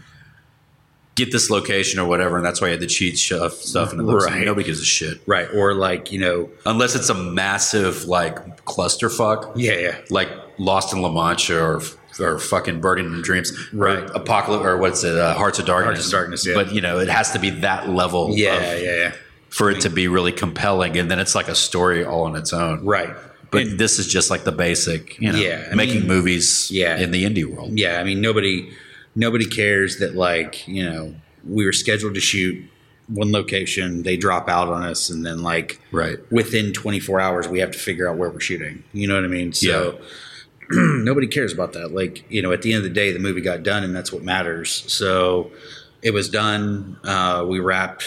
Speaker 6: get this location or whatever, and that's why you had the cheat stuff, stuff, and it looks
Speaker 5: Right.
Speaker 6: nobody gives a shit
Speaker 5: Right. Or like, you know,
Speaker 6: unless it's a massive like clusterfuck,
Speaker 5: yeah, yeah.
Speaker 6: like Lost in La Mancha or. Or fucking Burden and Dreams,
Speaker 5: Right.
Speaker 6: Apocalypse, or what's it? Uh, Hearts of Darkness.
Speaker 5: of Darkness, yeah.
Speaker 6: But you know, it has to be that level.
Speaker 5: Yeah,
Speaker 6: of-
Speaker 5: yeah, yeah.
Speaker 6: for it to be really compelling, and then it's like a story all on its own.
Speaker 5: Right.
Speaker 6: But this is just like the basic, you know,
Speaker 5: Yeah, I
Speaker 6: making
Speaker 5: mean-
Speaker 6: movies
Speaker 5: Yeah.
Speaker 6: in the indie world.
Speaker 5: yeah i mean nobody nobody cares that like you know we were scheduled to shoot one location they drop out on us and then like
Speaker 6: Right.
Speaker 5: within 24 hours we have to figure out where we're shooting you know what i mean so nobody cares about that like you know at the end of the day the movie got done and that's what matters so it was done uh, we wrapped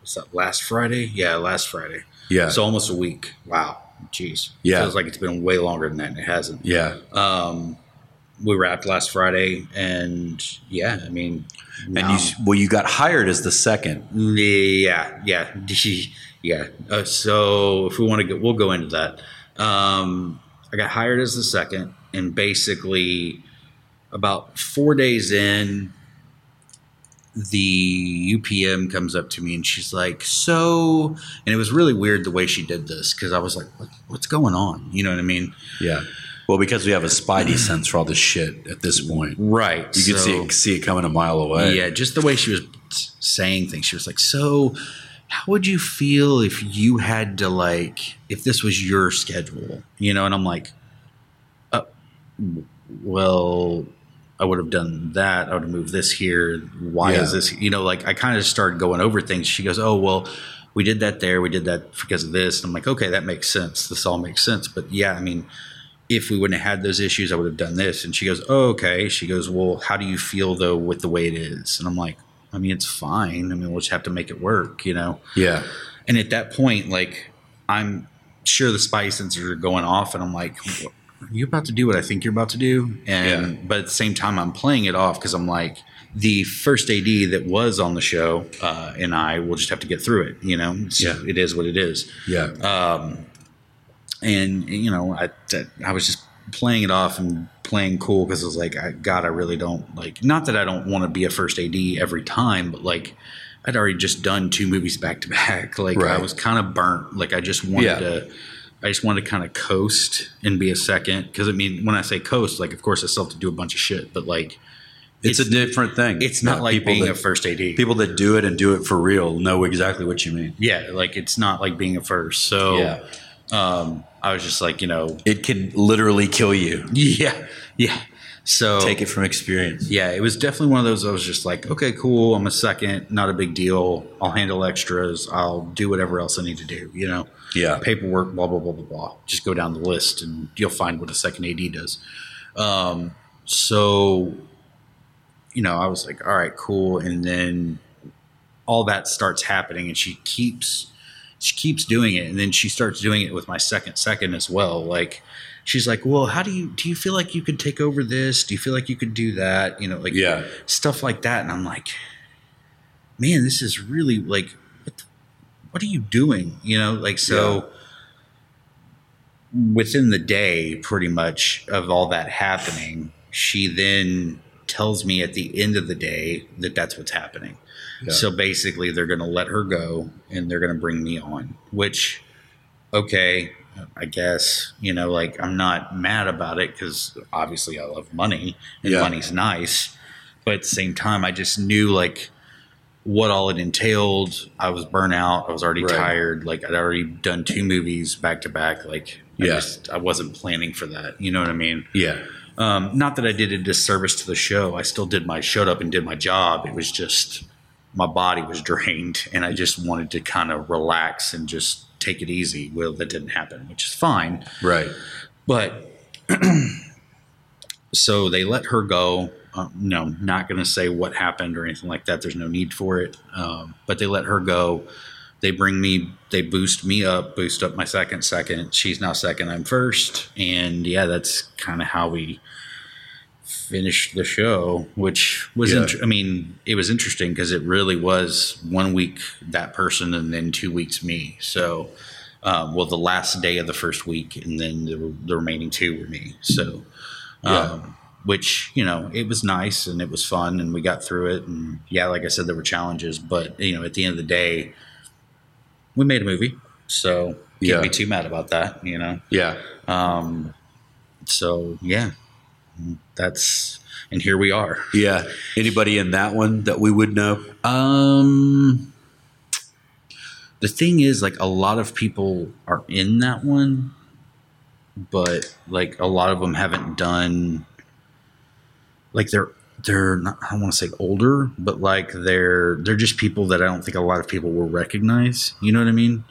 Speaker 5: was that last friday yeah last friday
Speaker 6: Yeah.
Speaker 5: so almost a week wow jeez
Speaker 6: Yeah.
Speaker 5: feels like it's been way longer than that and it hasn't
Speaker 6: yeah.
Speaker 5: um, we wrapped last Friday, and yeah, I mean,
Speaker 6: And
Speaker 5: now-
Speaker 6: you, well, you got hired as the second.
Speaker 5: yeah, yeah, yeah. Uh, so if we want to go, we'll go into that. Um, I got hired as the second, and basically, about four days in, the UPM comes up to me and she's like, "So," and it was really weird the way she did this because I was like, what, "What's going on?" You know what I mean?
Speaker 6: Yeah. Well, because we have a spidey sense for all this shit at this point.
Speaker 5: Right.
Speaker 6: You can see it, see it coming a mile away.
Speaker 5: Yeah, just the way she was saying things. She was like, "So, how would you feel if you had to like if this was your schedule?" You know, and I'm like, uh, w- "Well, I would have done that. I would have moved this here. Why
Speaker 6: Yeah.
Speaker 5: is this?" You know, like I kind of started going over things. She goes, "Oh, well." We did that there. We did that because of this. And I'm like, okay, that makes sense. This all makes sense. But yeah, I mean, if we wouldn't have had those issues, I would have done this. And she goes, oh, okay. She goes, well, how do you feel though with the way it is? And I'm like, I mean, it's fine. I mean, we'll just have to make it work, you know?
Speaker 6: Yeah.
Speaker 5: And at that point, like, I'm sure the spy sensors are going off, and I'm like, are you about to do what I think you're about to do? And
Speaker 6: Yeah.
Speaker 5: but at the same time, I'm playing it off because I'm like, the first AD that was on the show uh, and I will just have to get through it, you know? So
Speaker 6: Yeah.
Speaker 5: It is what it is
Speaker 6: Yeah.
Speaker 5: um, and you know I I was just playing it off and playing cool because I was like, I, God, I really don't like. Not that I don't want to be a first AD every time, but like, I'd already just done two movies back to back. Like, I
Speaker 6: Right.
Speaker 5: was kind of burnt. Like, I just wanted
Speaker 6: Yeah.
Speaker 5: to. I just wanted to kind of coast and be a second because I mean, when I say coast, like, of course, I still have to do a bunch of shit, but like,
Speaker 6: It's, a different thing.
Speaker 5: it's not like
Speaker 6: people
Speaker 5: being
Speaker 6: that,
Speaker 5: a first AD.
Speaker 6: people that do it and do it for real know exactly what you mean.
Speaker 5: yeah, like it's not like being a first. So, um, I was just like, you know,
Speaker 6: it can literally kill you.
Speaker 5: yeah, yeah. So
Speaker 6: Take it from experience.
Speaker 5: Oh. yeah, it was definitely one of those I was just like, okay, cool, I'm a second, not a big deal. I'll handle extras, I'll do whatever else I need to do, you know?
Speaker 6: Yeah.
Speaker 5: Paperwork, blah, blah, blah, blah, blah. Just go down the list and you'll find what a second AD does. Um, so, you know, I was like, all right, cool. And then all that starts happening and she keeps she keeps doing it and then she starts doing it with my second second as well like she's like well how do you do you feel like you could take over this do you feel like you could do that you know like
Speaker 6: Yeah.
Speaker 5: stuff like that and i'm like man this is really like what, the, what are you doing you know like so within the day pretty much of all that happening she then tells me at the end of the day that that's what's happening
Speaker 6: Yeah.
Speaker 5: so basically, they're going to let her go and they're going to bring me on, which, okay, I guess, you know, like I'm not mad about it because obviously I love money and
Speaker 6: Yeah.
Speaker 5: money's nice. But at the same time, I just knew like what all it entailed. I was burnt out. I was already
Speaker 6: Right.
Speaker 5: tired. Like I'd already done two movies back to back. Like, I,
Speaker 6: Yeah.
Speaker 5: just, I wasn't planning for that. You know what I mean?
Speaker 6: Yeah.
Speaker 5: Um, not that I did a disservice to the show. I still did my showed up and did my job. It was just my body was drained, and I just wanted to kind of relax and just take it easy. Well, that didn't happen, which is fine.
Speaker 6: Right.
Speaker 5: But so they let her go. Um, no, not going to say what happened or anything like that. There's no need for it. Um, but they let her go. They bring me, they boost me up, boost up my second, second. She's now second, I'm first. And yeah, that's kind of how we finished the show, which was,
Speaker 6: Yeah.
Speaker 5: int- I mean, it was interesting because it really was one week that person and then two weeks me. So, uh, well, the last day of the first week and then the, the remaining two were me. So, um, which you know it was nice and it was fun and we got through it and yeah like i said there were challenges but you know at the end of the day we made a movie so can't
Speaker 6: Yeah.
Speaker 5: be too mad about that you know
Speaker 6: Yeah.
Speaker 5: um so yeah that's and here we are
Speaker 6: Yeah. Anybody in that one that we would know?
Speaker 5: um the thing is like a lot of people are in that one but like a lot of them haven't done like they're they're not I don't want to say older, but like they're they're just people that I don't think a lot of people will recognize. You know what I mean?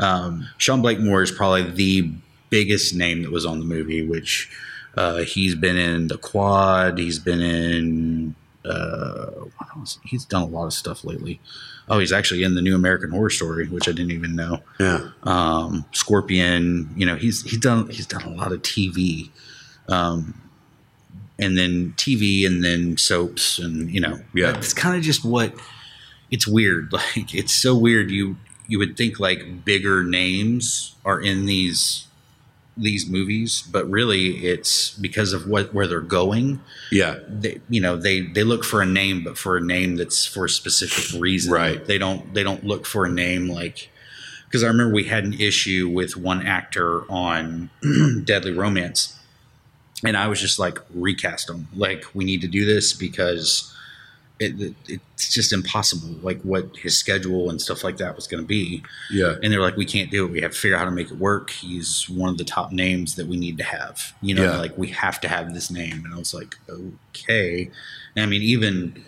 Speaker 5: Um, Sean Blakemore is probably the biggest name that was on the movie, which uh, he's been in the Quad, he's been in. Uh, what else? He's done a lot of stuff lately. Oh, he's actually in the New American Horror Story, which I didn't even know
Speaker 6: Yeah.
Speaker 5: um, Scorpion. You know, he's he's done he's done a lot of TV, um, and then TV, and then soaps, and you know,
Speaker 6: Yeah.
Speaker 5: it's kind of just what it's weird. Like it's so weird. You you would think like bigger names are in these these movies, but really it's because of what where they're going
Speaker 6: Yeah.
Speaker 5: they, you know they they look for a name but for a name that's for a specific reason
Speaker 6: Right.
Speaker 5: they don't they don't look for a name like because i remember we had an issue with one actor on deadly romance and i was just like recast him like we need to do this because it, it, it's just impossible like what his schedule and stuff like that was going to be
Speaker 6: Yeah.
Speaker 5: and they're like, we can't do it. We have to figure out how to make it work. He's one of the top names that we need to have. You know,
Speaker 6: Yeah.
Speaker 5: like we have to have this name. And I was like, okay. And I mean, even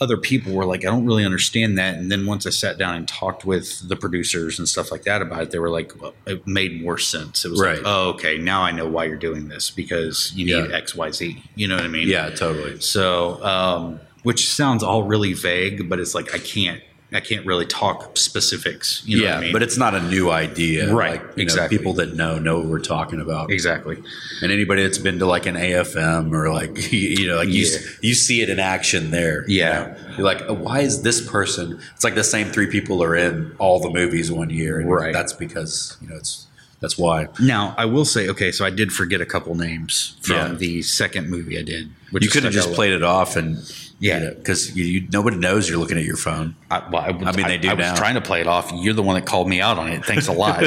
Speaker 5: other people were like, I don't really understand that. And then once I sat down and talked with the producers and stuff like that about it, they were like, well, it made more sense. It was
Speaker 6: Right.
Speaker 5: like, oh, okay, now I know why you're doing this because you need
Speaker 6: Yeah.
Speaker 5: X, Y, Z. You know what I mean?
Speaker 6: Yeah. Totally.
Speaker 5: So, um, which sounds all really vague, but it's like I can't, I can't really talk specifics. You know
Speaker 6: yeah,
Speaker 5: what I mean?
Speaker 6: but it's not a new idea,
Speaker 5: Right,
Speaker 6: Like, you
Speaker 5: exactly.
Speaker 6: Know, people that know know what we're talking about,
Speaker 5: exactly.
Speaker 6: and anybody that's been to like an AFM or like you, you know, like you
Speaker 5: Yeah.
Speaker 6: you you see it in action there. you
Speaker 5: Yeah.
Speaker 6: know? you're like, "Oh, why is this person? It's like the same three people are in all the movies one year, and
Speaker 5: Right.
Speaker 6: That's because you know it's That's why
Speaker 5: Now, I will say, okay, so I did forget a couple names from
Speaker 6: Yeah.
Speaker 5: the second movie I did. Which
Speaker 6: you could have just
Speaker 5: Stella.
Speaker 6: played it off and
Speaker 5: Yeah.
Speaker 6: because you, you, nobody knows you're looking at your phone.
Speaker 5: I, well, I, was-
Speaker 6: I mean, they do
Speaker 5: I,
Speaker 6: now.
Speaker 5: was trying to play it off. You're the one that called me out on it. Thanks a lot.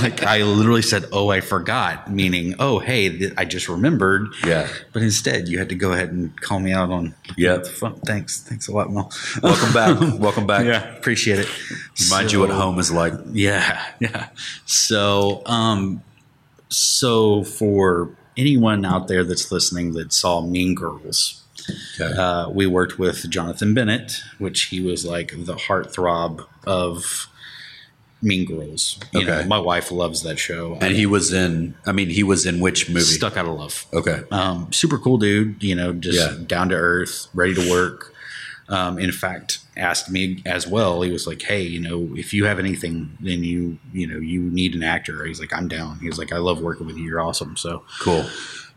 Speaker 5: like I literally said, "Oh, I forgot," meaning, "Oh, hey, th- I just remembered."
Speaker 6: Yeah.
Speaker 5: But instead, you had to go ahead and call me out on.
Speaker 6: Yeah.
Speaker 5: the phone. Thanks. Thanks a lot, Mel.
Speaker 6: Welcome back. Welcome back.
Speaker 5: Appreciate it.
Speaker 6: Remind
Speaker 5: So-
Speaker 6: you what home is like.
Speaker 5: Yeah, yeah. So, um, so for anyone out there that's listening that saw Mean Girls,
Speaker 6: Okay.
Speaker 5: uh, we worked with Jonathan Bennett, which he was like the heartthrob of Mean Girls. You know,
Speaker 6: Okay.
Speaker 5: my wife loves that show.
Speaker 6: And
Speaker 5: I-
Speaker 6: he was in. I mean, he was in which movie?
Speaker 5: stuck out of love.
Speaker 6: Okay.
Speaker 5: Um, super cool dude, you know, just
Speaker 6: Yeah.
Speaker 5: down to earth, ready to work. Um, in fact, asked me as well. He was like, "Hey, you know, if you have anything, then you, you know, you need an actor." He's like, "I'm down." He was like, "I love working with you. You're awesome." So
Speaker 6: Cool.
Speaker 5: it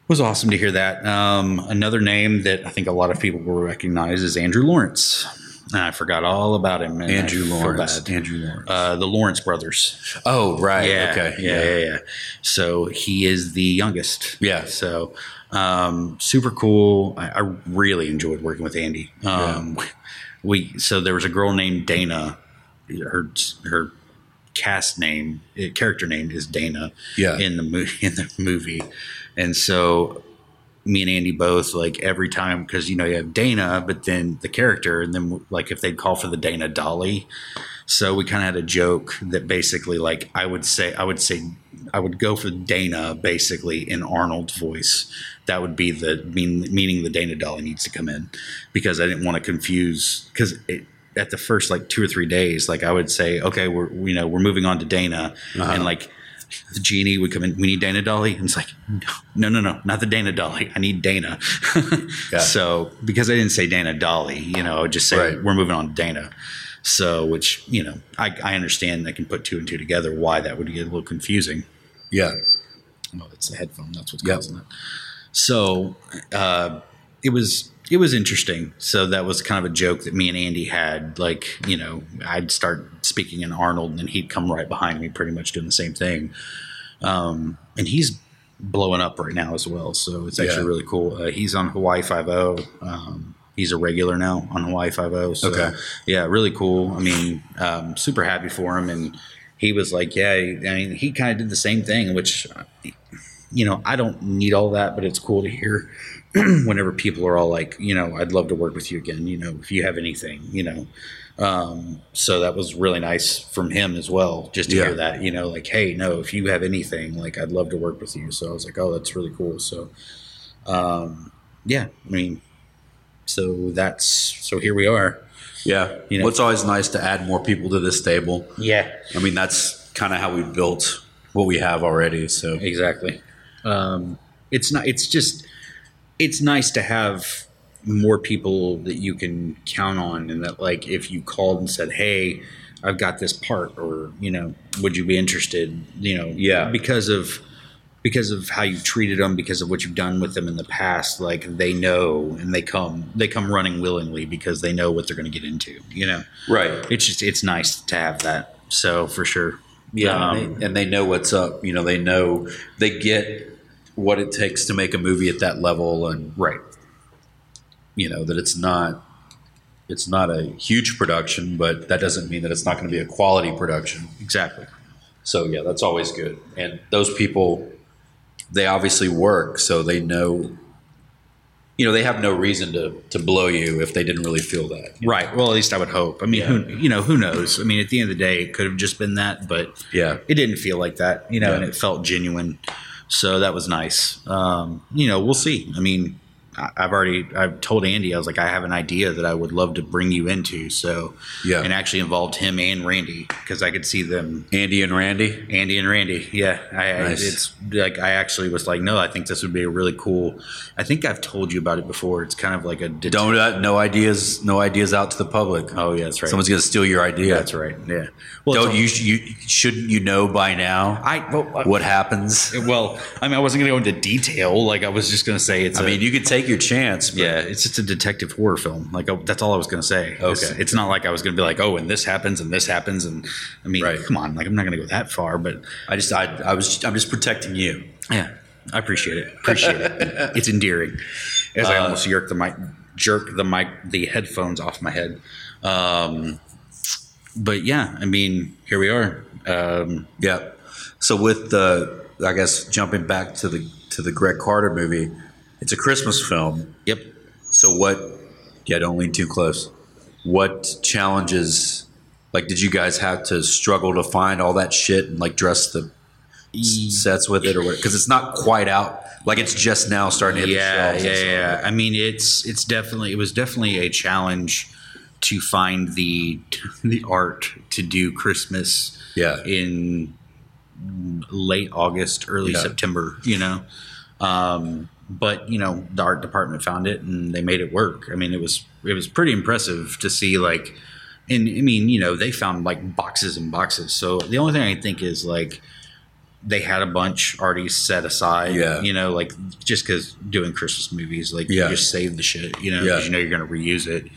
Speaker 5: was awesome to hear that. Um, another name that I think a lot of people will recognize is Andrew Lawrence. And I forgot all about him. and I
Speaker 6: Andrew
Speaker 5: feel
Speaker 6: Lawrence.
Speaker 5: bad.
Speaker 6: Andrew Lawrence.
Speaker 5: Uh, the Lawrence brothers.
Speaker 6: oh, right.
Speaker 5: Yeah.
Speaker 6: Okay.
Speaker 5: Yeah, yeah, yeah. So he is the youngest.
Speaker 6: Yeah.
Speaker 5: So um, super cool. I, I really enjoyed working with Andy. Um, We so there was a girl named Dana. Her her cast name eh, character name is Dana.
Speaker 6: Yeah.
Speaker 5: In the movie in the movie, and so me and Andy both like every time because you know you have Dana, but then the character, and then like if they'd call for the Dana Dolly, so we kind of had a joke that basically like I would say I would say I would go for Dana basically in Arnold's voice. That would be the mean, meaning the Dana Dolly needs to come in because I didn't want to confuse because at the first like two or three days like I would say okay we're you know we're moving on to Dana and like the genie would come in. We need Dana Dolly, and it's like, no, no, no, no, not the Dana Dolly. I need Dana.
Speaker 6: Yeah.
Speaker 5: So because I didn't say Dana Dolly, you know, I would just say
Speaker 6: Right.
Speaker 5: we're moving on to Dana. So which you know, I, I understand. I can put two and two together. Why that would get a little confusing.
Speaker 6: Yeah.
Speaker 5: Oh, it's the headphone. That's what's
Speaker 6: Yep.
Speaker 5: causing it. So uh, it was it was interesting. So that was kind of a joke that me and Andy had. Like you know, I'd start speaking in Arnold, and then he'd come right behind me, pretty much doing the same thing. Um, and he's blowing up right now as well. So it's actually
Speaker 6: Yeah.
Speaker 5: really cool. Uh, he's on Hawaii Five O. Um, he's a regular now on Hawaii Five O. So
Speaker 6: Okay.
Speaker 5: yeah, really cool. I mean, um, super happy for him. And he was like, yeah, I mean, he kind of did the same thing, which, you know, I don't need all that, but it's cool to hear whenever people are all like, you know, I'd love to work with you again, you know, if you have anything, you know. Um, so that was really nice from him as well, just to
Speaker 6: Yeah.
Speaker 5: hear that, you know, like, hey, no, if you have anything, like, I'd love to work with you. So I was like, oh, that's really cool. So, um, yeah, I mean, so that's, so here we are.
Speaker 6: Yeah.
Speaker 5: You know-
Speaker 6: Well, it's always nice to add more people to this table.
Speaker 5: Yeah.
Speaker 6: I mean, that's kind of how we built what we have already. So
Speaker 5: Exactly. Um, it's not. It's just. It's nice to have more people that you can count on, and that like if you called and said, "Hey, I've got this part," or you know, "Would you be interested?" You know,
Speaker 6: Yeah.
Speaker 5: because of because of how you treated them, because of what you've done with them in the past. Like they know, and they come they come running willingly because they know what they're going to get into. You know,
Speaker 6: right.
Speaker 5: it's just it's nice to have that. So for sure,
Speaker 6: Yeah,
Speaker 5: Um,
Speaker 6: and, they, and they know what's up. You know, they know they get what it takes to make a movie at that level, and
Speaker 5: right.
Speaker 6: you know that it's not it's not a huge production, but that doesn't mean that it's not going to be a quality production.
Speaker 5: Exactly.
Speaker 6: So yeah, that's always good. And those people, they obviously work, so they know. You know, they have no reason to to blow you if they didn't really feel that.
Speaker 5: Right. Well, at least I would hope. I mean, who, you know, who knows? I mean, at the end of the day, it could have just been that, but
Speaker 6: Yeah.
Speaker 5: it didn't feel like that, you know,
Speaker 6: Yeah.
Speaker 5: and it felt genuine. So that was nice. Um, you know, we'll see. I mean, I, I've already I've told Andy I was like I have an idea that I would love to bring you into. So
Speaker 6: Yeah.
Speaker 5: and actually involved him and Randy because I could see them
Speaker 6: Andy and Randy.
Speaker 5: Andy and Randy. Yeah, I, I-
Speaker 6: Nice.
Speaker 5: it's like I actually was like, no, I think this would be a really cool. I think I've told you about it before. It's kind of like a det-
Speaker 6: Don't uh, no ideas, no ideas out to the public.
Speaker 5: Oh yeah, that's right.
Speaker 6: Someone's going to steal your idea.
Speaker 5: that's right. Yeah. Well, it's
Speaker 6: Don't
Speaker 5: all-
Speaker 6: you, you shouldn't you know by now
Speaker 5: I well, uh, I-
Speaker 6: what happens?
Speaker 5: well, I mean, I wasn't going to go into detail. Like I was just going to say, it's.
Speaker 6: I mean, you could take take your chance. But
Speaker 5: Yeah, it's just a detective horror film. Like oh, that's all I was going to say. It's,
Speaker 6: Okay.
Speaker 5: it's not like I was going to be like, oh, and this happens and this happens and I mean,
Speaker 6: Right.
Speaker 5: come on, like I'm not going to go that far, but
Speaker 6: I just, I, I was, I'm just protecting you.
Speaker 5: yeah, I appreciate it. Appreciate it. It's endearing. As I almost jerk the mic, jerk the mic, the headphones off my head. Um, but yeah, I mean, here we are.
Speaker 6: Uh,
Speaker 5: Um,
Speaker 6: Yeah. So with the, I guess jumping back to the to the Greg Carter movie, it's a Christmas film.
Speaker 5: yep.
Speaker 6: So what? Yeah, don't lean too close. What challenges? Like, did you guys have to struggle to find all that shit and like dress the s- sets with it or what? Because it's not quite out. Like, it's just now starting to hit
Speaker 5: yeah,
Speaker 6: the shelves.
Speaker 5: yeah, yeah. I mean, it's it's definitely it was definitely a challenge to find the the art to do Christmas.
Speaker 6: Yeah.
Speaker 5: in late August, early
Speaker 6: Yeah.
Speaker 5: September. You know, um, but you know the art department found it and they made it work. I mean, it was it was pretty impressive to see like. And I mean, you know, they found like boxes and boxes. So the only thing I can think is like they had a bunch already set aside.
Speaker 6: Yeah.
Speaker 5: You know, like just because doing Christmas movies, like
Speaker 6: Yeah.
Speaker 5: you just save the shit, you know,
Speaker 6: Yeah.
Speaker 5: 'cause you know you're going to reuse it.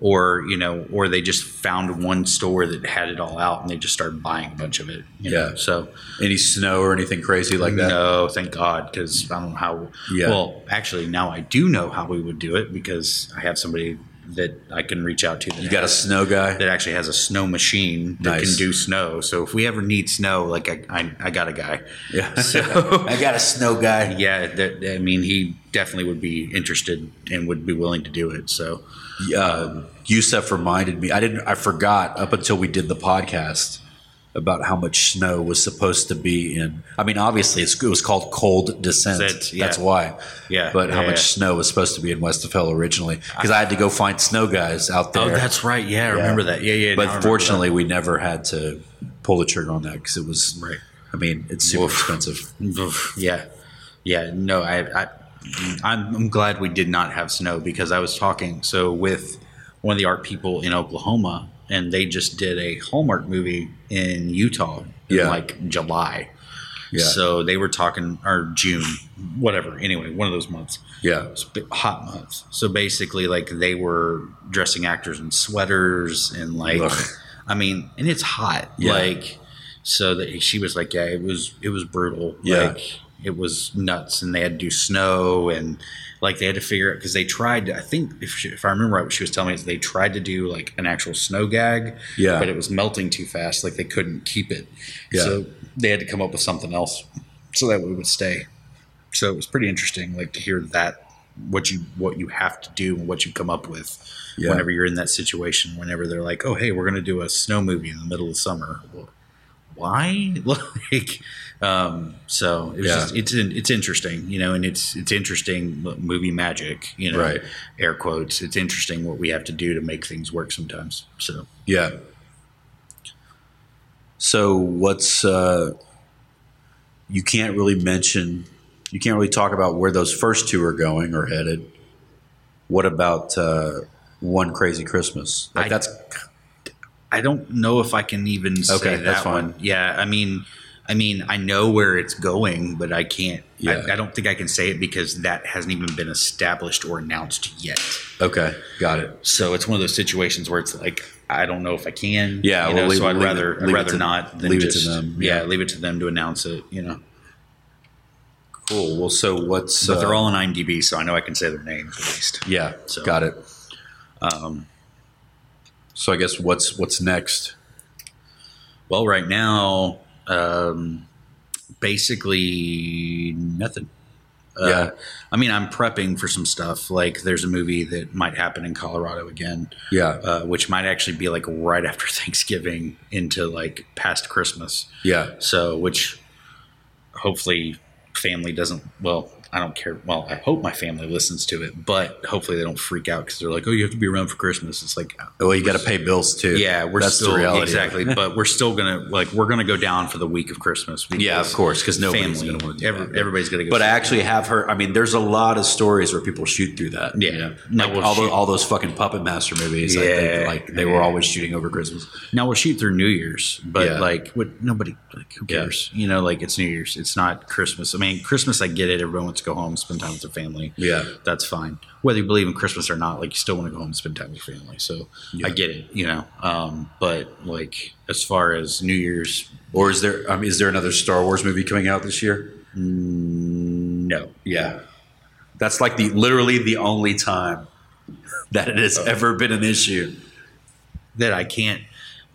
Speaker 5: Or, you know, or they just found one store that had it all out and they just started buying a bunch of it. you know?
Speaker 6: Yeah.
Speaker 5: So,
Speaker 6: Any snow or anything crazy like that?
Speaker 5: no, thank God, because I don't know how.
Speaker 6: Yeah.
Speaker 5: Well, actually, now I do know how we would do it because I have somebody that I can reach out to. That
Speaker 6: You got a
Speaker 5: has-
Speaker 6: snow guy?
Speaker 5: that actually has a snow machine that
Speaker 6: Nice.
Speaker 5: can do snow. So if we ever need snow, like I, I, I got a guy.
Speaker 6: Yeah.
Speaker 5: So
Speaker 6: I got a snow guy.
Speaker 5: yeah, that, I mean, he definitely would be interested and would be willing to do it. So
Speaker 6: uh, Yusef reminded me. I didn't. I forgot up until we did the podcast about how much snow was supposed to be in. I mean, obviously, it's, it was called cold descent.
Speaker 5: Descent, yeah.
Speaker 6: That's why.
Speaker 5: Yeah,
Speaker 6: But how
Speaker 5: yeah,
Speaker 6: much
Speaker 5: yeah.
Speaker 6: snow was supposed to be in Westerfell originally? Because I had to go find snow guys out there.
Speaker 5: Oh, right. Yeah, I
Speaker 6: remember
Speaker 5: that. Yeah, yeah.
Speaker 6: But fortunately, we never had to pull the trigger on that because it was.
Speaker 5: Right.
Speaker 6: I mean, it's super expensive.
Speaker 5: yeah, yeah. No, I, I I'm, I'm glad we did not have snow because I was talking so with one of the art people in Oklahoma, and they just did a Hallmark movie in Utah in
Speaker 6: Yeah.
Speaker 5: like July.
Speaker 6: Yeah.
Speaker 5: So they were talking or June, whatever. Anyway, one of those months.
Speaker 6: Yeah.
Speaker 5: sp- hot months. So basically, like they were dressing actors in sweaters and like,
Speaker 6: Ugh.
Speaker 5: I mean, and it's hot.
Speaker 6: Yeah.
Speaker 5: Like, so that she was like, yeah, it was it was brutal.
Speaker 6: Yeah.
Speaker 5: Like, it was nuts, and they had to do snow and like they had to figure out because they tried. to- I think if she, if I remember right, what she was telling me is they tried to do like an actual snow gag.
Speaker 6: Yeah.
Speaker 5: But it was melting too fast. Like they couldn't keep it.
Speaker 6: Yeah.
Speaker 5: So they had to come up with something else so that we would stay so it was pretty interesting like to hear that what you what you have to do and what you come up with
Speaker 6: Yeah.
Speaker 5: whenever you're in that situation whenever they're like oh hey we're going to do a snow movie in the middle of summer well, why like um so it was
Speaker 6: Yeah.
Speaker 5: just it's in- it's interesting you know and it's it's interesting m- movie magic you know
Speaker 6: Right.
Speaker 5: air quotes it's interesting what we have to do to make things work sometimes so
Speaker 6: Yeah. So what's uh, you can't really mention, you can't really talk about where those first two are going or headed. What about uh, one crazy Christmas? Like
Speaker 5: I-
Speaker 6: that's
Speaker 5: I don't know if I can even say
Speaker 6: Okay,
Speaker 5: that
Speaker 6: that's fine.
Speaker 5: one. Yeah, I mean, I mean, I know where it's going, but I can't.
Speaker 6: Yeah.
Speaker 5: I, I don't think I can say it because that hasn't even been established or announced yet.
Speaker 6: okay. Got it.
Speaker 5: So it's one of those situations where it's like I don't know if I can.
Speaker 6: Yeah,
Speaker 5: you
Speaker 6: well,
Speaker 5: know,
Speaker 6: leave-
Speaker 5: so I'd
Speaker 6: leave it-
Speaker 5: rather
Speaker 6: leave
Speaker 5: I'd
Speaker 6: it
Speaker 5: rather
Speaker 6: to-
Speaker 5: not than
Speaker 6: leave it to
Speaker 5: just,
Speaker 6: them,
Speaker 5: Yeah.
Speaker 6: yeah.
Speaker 5: leave it to them to announce it. You know,
Speaker 6: Cool. Well, so what's
Speaker 5: but
Speaker 6: uh,
Speaker 5: they're all on IMDb, so I know I can say their names at least.
Speaker 6: Yeah.
Speaker 5: So-
Speaker 6: Got it. Um, so I guess what's what's next?
Speaker 5: Well, right now, um, basically nothing.
Speaker 6: Yeah.
Speaker 5: I mean, I'm prepping for some stuff. Like, there's a movie that might happen in Colorado again,
Speaker 6: Yeah.
Speaker 5: uh, which might actually be like right after Thanksgiving into like past Christmas.
Speaker 6: Yeah.
Speaker 5: So, which hopefully family doesn't, well, I don't care. Well, I hope my family listens to it, but hopefully they don't freak out because they're like, oh, you have to be around for Christmas. It's like,
Speaker 6: Well, you got to pay bills too.
Speaker 5: yeah, we're
Speaker 6: that's
Speaker 5: still
Speaker 6: the reality.
Speaker 5: exactly, but we're still gonna like we're gonna go down for the week of Christmas.
Speaker 6: Yeah, of course, because nobody's
Speaker 5: family,
Speaker 6: going to want to do
Speaker 5: every-
Speaker 6: that.
Speaker 5: everybody's gonna go.
Speaker 6: But I actually have heard. I mean, there's a lot of stories where people shoot through that.
Speaker 5: Yeah.
Speaker 6: you know?
Speaker 5: No,
Speaker 6: like
Speaker 5: we'll
Speaker 6: all,
Speaker 5: shoot-
Speaker 6: the, all those fucking Puppet Master movies. I
Speaker 5: Yeah.
Speaker 6: think, like they were
Speaker 5: Yeah.
Speaker 6: always shooting over Christmas.
Speaker 5: now we'll shoot through New Year's, but
Speaker 6: Yeah.
Speaker 5: like what nobody like who
Speaker 6: Yeah.
Speaker 5: cares? You know, like it's New Year's, it's not Christmas. I mean, Christmas I get it. Everyone wants to go home, spend time with their family.
Speaker 6: Yeah.
Speaker 5: that's fine. Whether you believe in Christmas or not, like you still want to go home and spend time with your family. So I get it, you know. Um, but like as far as New Year's,
Speaker 6: Or is there um, is there another Star Wars movie coming out this year?
Speaker 5: Mm, no,
Speaker 6: Yeah, that's like the literally the only time that it has ever been an issue.
Speaker 5: that I can't.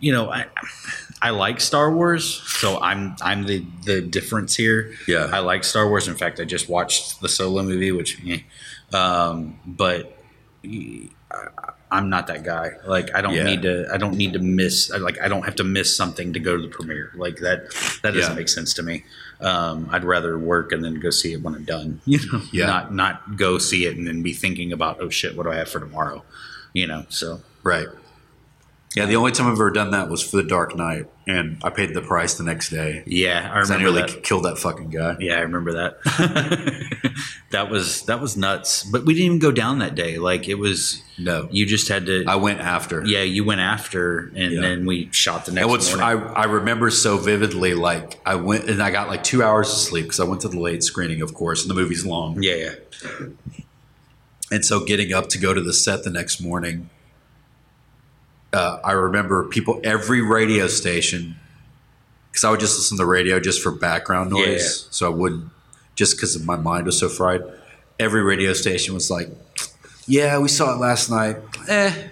Speaker 5: You know, I I like Star Wars, so I'm I'm the the difference here.
Speaker 6: Yeah.
Speaker 5: I like Star Wars. In fact, I just watched the Solo movie, which, eh. um, but eh, I- I'm not that guy. Like, I don't
Speaker 6: Yeah.
Speaker 5: need to. I don't need to miss. I- Like, I don't have to miss something to go to the premiere. Like that. That doesn't
Speaker 6: Yeah.
Speaker 5: make sense to me. Um, I'd rather work and then go see it when I'm done. You know,
Speaker 6: Yeah.
Speaker 5: not not go see it and then be thinking about oh shit, what do I have for tomorrow? You know, so
Speaker 6: Right. Yeah, the only time I've ever done that was for The Dark Knight, and I paid the price the next day.
Speaker 5: yeah, I
Speaker 6: 'Cause I
Speaker 5: remember
Speaker 6: nearly
Speaker 5: that.
Speaker 6: killed that fucking guy.
Speaker 5: Yeah, I remember that. that was that was nuts. But we didn't even go down that day. Like it was
Speaker 6: No.
Speaker 5: You just had to.
Speaker 6: I went after.
Speaker 5: yeah, you went after, and
Speaker 6: Yeah.
Speaker 5: then we shot the next
Speaker 6: And what's I,
Speaker 5: morning.
Speaker 6: I remember so vividly, like I went and I got like two hours of sleep because I went to the late screening, of course, and the movie's long.
Speaker 5: yeah, yeah,
Speaker 6: And so getting up to go to the set the next morning, uh, I remember people, every radio station, because I would just listen to the radio just for background noise.
Speaker 5: Yeah, yeah.
Speaker 6: So I wouldn't, just because my mind was so fried. Every radio station was like, yeah, we saw it last night. Eh,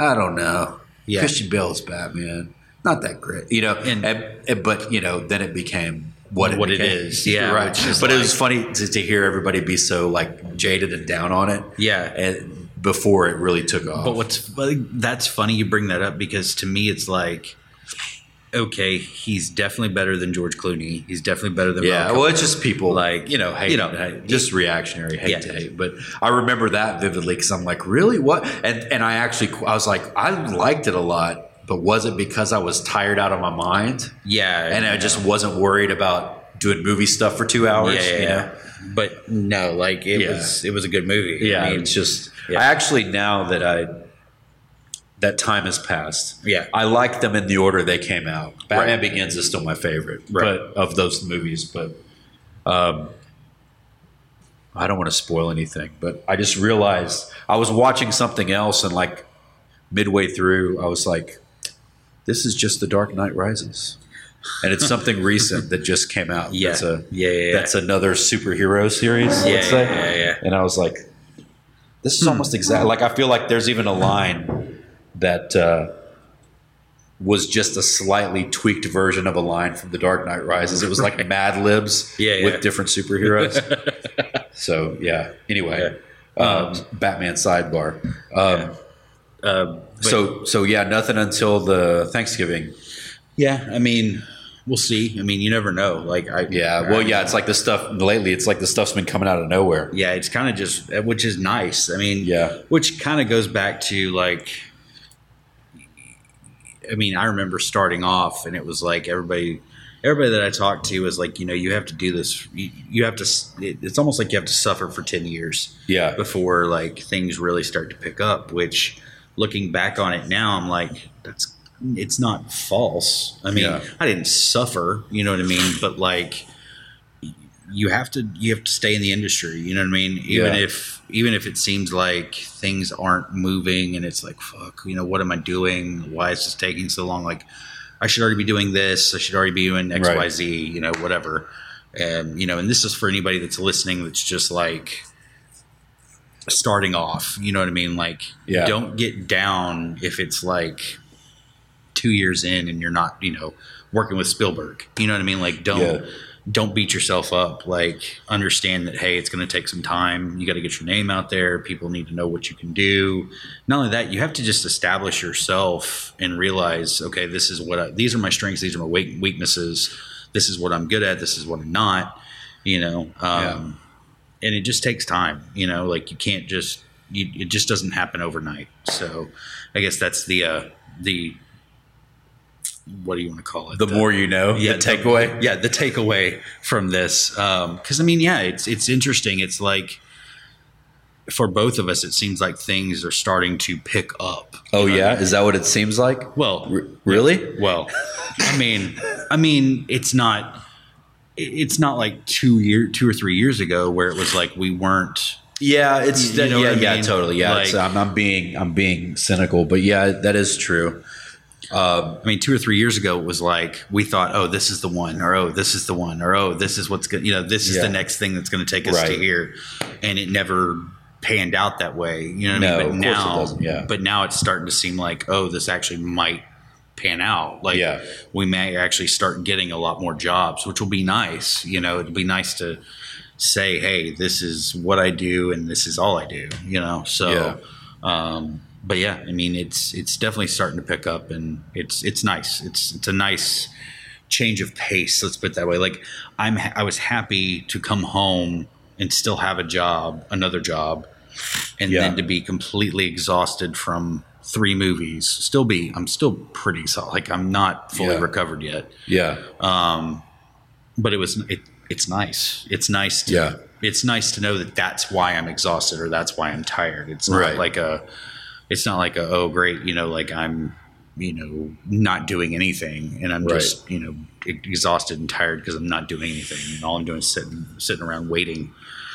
Speaker 6: I don't know.
Speaker 5: Yeah.
Speaker 6: Christian Bale's Batman. Not that great, you know.
Speaker 5: And-
Speaker 6: And, and- but you know, then it became what it
Speaker 5: What it
Speaker 6: became.
Speaker 5: is, yeah,
Speaker 6: right.
Speaker 5: which is
Speaker 6: But it was funny to, to hear everybody be so like jaded and down on it
Speaker 5: yeah.
Speaker 6: and before it really took off.
Speaker 5: But what's but that's funny you bring that up because to me it's like, okay, he's definitely better than George Clooney. He's definitely better than
Speaker 6: yeah,
Speaker 5: Malcolm.
Speaker 6: well, it's just people
Speaker 5: Like,
Speaker 6: like you know, hate,
Speaker 5: you know,
Speaker 6: hate- just reactionary hate
Speaker 5: Yeah.
Speaker 6: to hate. But I remember that vividly because I'm like, really, what? And and I actually, I was like, I liked it a lot, but was it because I was tired out of my mind
Speaker 5: yeah,
Speaker 6: and I just wasn't worried about doing movie stuff for two hours?
Speaker 5: yeah, yeah,
Speaker 6: you know?
Speaker 5: yeah. But no, like it
Speaker 6: Yeah.
Speaker 5: was it was a good movie.
Speaker 6: yeah.
Speaker 5: I mean,
Speaker 6: it's just
Speaker 5: yeah.
Speaker 6: I actually now that I that time has passed.
Speaker 5: Yeah.
Speaker 6: I like them in the order they came out. Batman Begins is still my favorite,
Speaker 5: Right.
Speaker 6: but of those movies. But um, I don't want to spoil anything. But I just realized I was watching something else, and like midway through, I was like, "This is just The Dark Knight Rises." And it's something recent that just came out.
Speaker 5: Yeah.
Speaker 6: That's a,
Speaker 5: Yeah, yeah, yeah.
Speaker 6: That's another superhero series.
Speaker 5: Yeah,
Speaker 6: let's say.
Speaker 5: yeah, yeah, yeah.
Speaker 6: And I was like, this is almost exact. Like I feel like there's even a line that uh, was just a slightly tweaked version of a line from The Dark Knight Rises. It was like Mad Libs
Speaker 5: Yeah, yeah.
Speaker 6: with different superheroes. so yeah. Anyway, Um, Batman sidebar. Um, so so yeah, nothing until the Thanksgiving.
Speaker 5: Yeah, I mean, we'll see. I mean, you never know. Like, I
Speaker 6: Yeah. Well, yeah. It's like the stuff lately. It's like the stuff's been coming out of nowhere.
Speaker 5: yeah. It's kind of just, which is nice. I mean,
Speaker 6: Yeah.
Speaker 5: which kind of goes back to like, I mean, I remember starting off, and it was like everybody, everybody that I talked to was like, you know, you have to do this. You, you have to. s- It, it's almost like you have to suffer for ten years.
Speaker 6: Yeah.
Speaker 5: before like things really start to pick up which looking back on it now i'm like that's it's not false i mean
Speaker 6: Yeah.
Speaker 5: i didn't suffer you know what i mean but like you have to you have to stay in the industry you know what i mean even
Speaker 6: Yeah.
Speaker 5: if even if it seems like things aren't moving and it's like fuck you know what am i doing why is this taking so long like i should already be doing this i should already be doing xyz
Speaker 6: Right.
Speaker 5: you know whatever and you know and this is for anybody that's listening that's just like starting off. You know what I mean? Like,
Speaker 6: Yeah.
Speaker 5: don't get down if it's like two years in and you're not, you know, working with Spielberg. You know what I mean? Like, don't
Speaker 6: Yeah.
Speaker 5: don't beat yourself up. Like, understand that hey, it's going to take some time. You got to get your name out there. People need to know what you can do. Not only that, you have to just establish yourself and realize, okay, this is what I, these are my strengths. These are my weak- weaknesses. This is what I'm good at. This is what I'm not. You know, um,
Speaker 6: Yeah.
Speaker 5: and it just takes time you know like you can't just you, it just doesn't happen overnight so i guess that's the uh the what do you want to call it
Speaker 6: The more you know.
Speaker 5: yeah,
Speaker 6: The takeaway.
Speaker 5: yeah the takeaway from this um cuz i mean yeah it's it's interesting it's like for both of us it seems like things are starting to pick up
Speaker 6: Oh yeah, is that what it seems like?
Speaker 5: well
Speaker 6: R- really?
Speaker 5: well i mean i mean it's not it's not like two year, two or three years ago where it was like we weren't.
Speaker 6: Yeah, it's
Speaker 5: You know
Speaker 6: yeah,
Speaker 5: what I
Speaker 6: yeah,
Speaker 5: mean?
Speaker 6: totally. Yeah,
Speaker 5: Like-
Speaker 6: it's, I'm, I'm being I'm being cynical, but yeah, that is true.
Speaker 5: I mean, two or three years ago, it was like we thought, oh, this is the one, or oh, this is the one, or oh, this is what's going. You know, this is
Speaker 6: Yeah.
Speaker 5: the next thing that's going to take us to
Speaker 6: Right.
Speaker 5: here, and it never panned out that way. You know what
Speaker 6: No,
Speaker 5: I
Speaker 6: of
Speaker 5: mean?
Speaker 6: course
Speaker 5: But
Speaker 6: it
Speaker 5: now,
Speaker 6: doesn't, yeah.
Speaker 5: but now it's starting to seem like, oh, this actually might pan out. Like,
Speaker 6: Yeah.
Speaker 5: we may actually start getting a lot more jobs, which will be nice. You know, it'd be nice to say, hey, this is what I do, and this is all I do. You know, so.
Speaker 6: Yeah.
Speaker 5: Um, but yeah, I mean, it's it's definitely starting to pick up, and it's it's nice. It's it's a nice change of pace. Let's put it that way. Like I'm, ha- I was happy to come home and still have a job, another job, and
Speaker 6: Yeah.
Speaker 5: then to be completely exhausted from three movies. Still be, I'm still pretty solid. Like I'm not fully
Speaker 6: Yeah.
Speaker 5: recovered yet,
Speaker 6: Yeah,
Speaker 5: but it was it. It's nice. It's nice to.
Speaker 6: Yeah.
Speaker 5: It's nice to know that that's why I'm exhausted or that's why I'm tired. It's not
Speaker 6: Right.
Speaker 5: like a. It's not like a oh great you know like I'm you know not doing anything and I'm
Speaker 6: Right.
Speaker 5: just you know e- exhausted and tired because I'm not doing anything and all I'm doing is sitting sitting around waiting.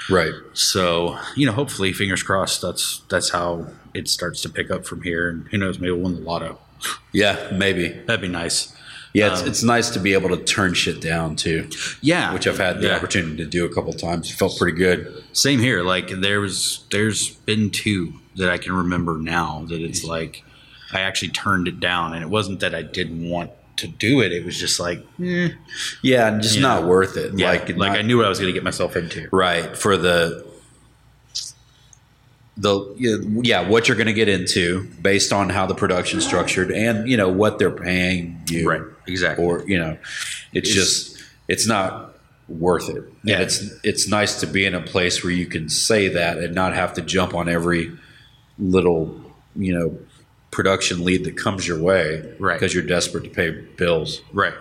Speaker 6: right.
Speaker 5: So you know, hopefully, fingers crossed. That's that's how it starts to pick up from here. And who knows, maybe we'll win the lotto.
Speaker 6: Yeah, maybe.
Speaker 5: That'd be nice.
Speaker 6: Yeah, it's, it's nice to be able to turn shit down too,
Speaker 5: Yeah,
Speaker 6: which I've had the
Speaker 5: Yeah.
Speaker 6: opportunity to do a couple times. It felt pretty good.
Speaker 5: Same here. Like there was, there's been two that I can remember now that it's like I actually turned it down, and it wasn't that I didn't want to do it. It was just like, eh.
Speaker 6: Yeah, and just not worth it.
Speaker 5: yeah,
Speaker 6: like,
Speaker 5: like,
Speaker 6: not-
Speaker 5: I knew what I was going to get myself into.
Speaker 6: right for the the yeah what you're going to get into based on how the production's structured and you know what they're paying you
Speaker 5: Right, exactly.
Speaker 6: or you know it's, just it's not worth it
Speaker 5: Yeah.
Speaker 6: and it's it's nice to be in a place where you can say that and not have to jump on every little you know production lead that comes your way
Speaker 5: Right.
Speaker 6: because you're desperate to pay bills
Speaker 5: Right.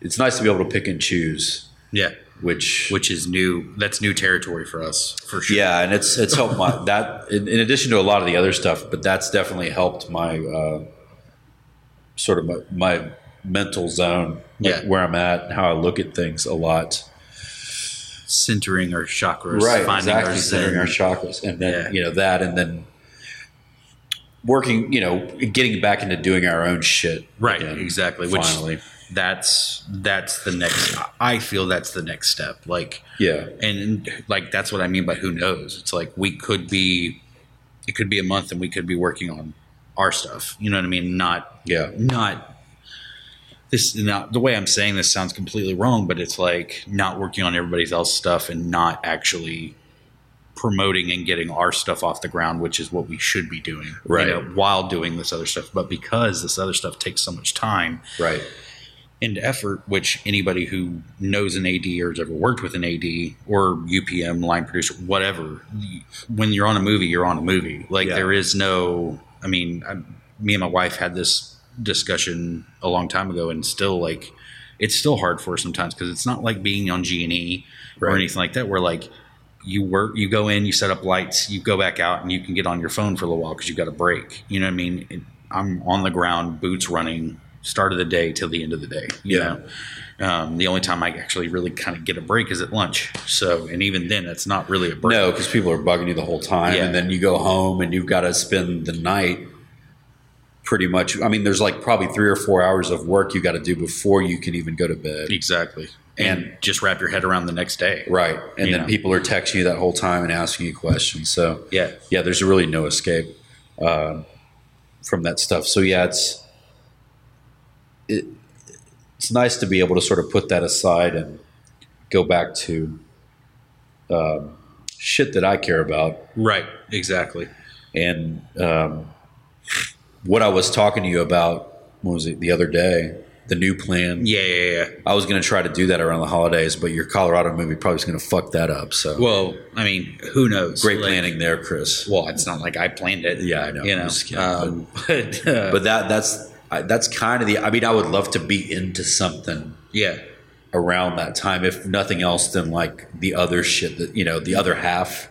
Speaker 6: it's nice to be able to pick and choose
Speaker 5: Yeah.
Speaker 6: which
Speaker 5: Which is new. That's new territory for us for sure.
Speaker 6: Yeah, and it's it's helped my that in, in addition to a lot of the other stuff, but that's definitely helped my uh, sort of my, my mental zone, like
Speaker 5: Yeah.
Speaker 6: where I'm at, and how I look at things a lot.
Speaker 5: Centering our chakras, finding
Speaker 6: exactly.
Speaker 5: our
Speaker 6: Centering
Speaker 5: zen.
Speaker 6: our chakras, and then
Speaker 5: Yeah.
Speaker 6: you know that, and then working, you know, getting back into doing our own shit.
Speaker 5: right.
Speaker 6: again,
Speaker 5: exactly.
Speaker 6: Finally,
Speaker 5: Which that's that's the next. I feel that's the next step. Like.
Speaker 6: yeah,
Speaker 5: and like that's what I mean by who knows. It's like we could be, it could be a month, and we could be working on our stuff. You know what I mean? Not
Speaker 6: yeah,
Speaker 5: not this. Not the way I'm saying this sounds completely wrong, but it's like not working on everybody else's stuff and not actually promoting and getting our stuff off the ground, which is what we should be doing, you
Speaker 6: Right.
Speaker 5: know, while doing this other stuff, but because this other stuff takes so much time,
Speaker 6: right,
Speaker 5: into effort, which anybody who knows an AD or has ever worked with an AD or UPM, line producer, whatever, when you're on a movie, you're on a movie. Like
Speaker 6: Yeah.
Speaker 5: there is no, I mean, I, me and my wife had this discussion a long time ago, and still like it's still hard for us sometimes because it's not like being on G and E or
Speaker 6: Right.
Speaker 5: anything like that. Where like you work, you go in, you set up lights, you go back out, and you can get on your phone for a little while because you got a break. You know what I mean? It, I'm on the ground, boots running, start of the day till the end of the day. You
Speaker 6: Yeah.
Speaker 5: know, um, the only time I actually really kind of get a break is at lunch. So, and even then, it's not really a break.
Speaker 6: no, because people are bugging you the whole time,
Speaker 5: Yeah.
Speaker 6: and then you go home and you've got to spend the night. Pretty much, I mean, there's like probably three or four hours of work you got to do before you can even go to bed.
Speaker 5: Exactly. And,
Speaker 6: And-
Speaker 5: just wrap your head around the next day.
Speaker 6: Right. And
Speaker 5: You
Speaker 6: then
Speaker 5: know.
Speaker 6: people are texting you that whole time and asking you questions. So,
Speaker 5: Yeah.
Speaker 6: yeah, there's really no escape um from that stuff. So, yeah, it's it, it's nice to be able to sort of put that aside and go back to um, shit that I care about
Speaker 5: Right. Exactly.
Speaker 6: and um, what I was talking to you about. What was it the other day? The new plan.
Speaker 5: Yeah. Yeah. Yeah.
Speaker 6: I was going to try to do that around the holidays, but your Colorado movie probably is going to fuck that up. So,
Speaker 5: Well, I mean, who knows?
Speaker 6: great
Speaker 5: Like,
Speaker 6: planning there, Chris.
Speaker 5: Well, it's not like I planned it.
Speaker 6: Yeah, I know.
Speaker 5: You
Speaker 6: I'm
Speaker 5: know,
Speaker 6: just kidding,
Speaker 5: um, but, uh,
Speaker 6: but that that's I, that's kind of the. I mean, I would love to be into something
Speaker 5: yeah,
Speaker 6: around that time, if
Speaker 5: Mm-hmm.
Speaker 6: nothing else than like the other shit that you know, the other half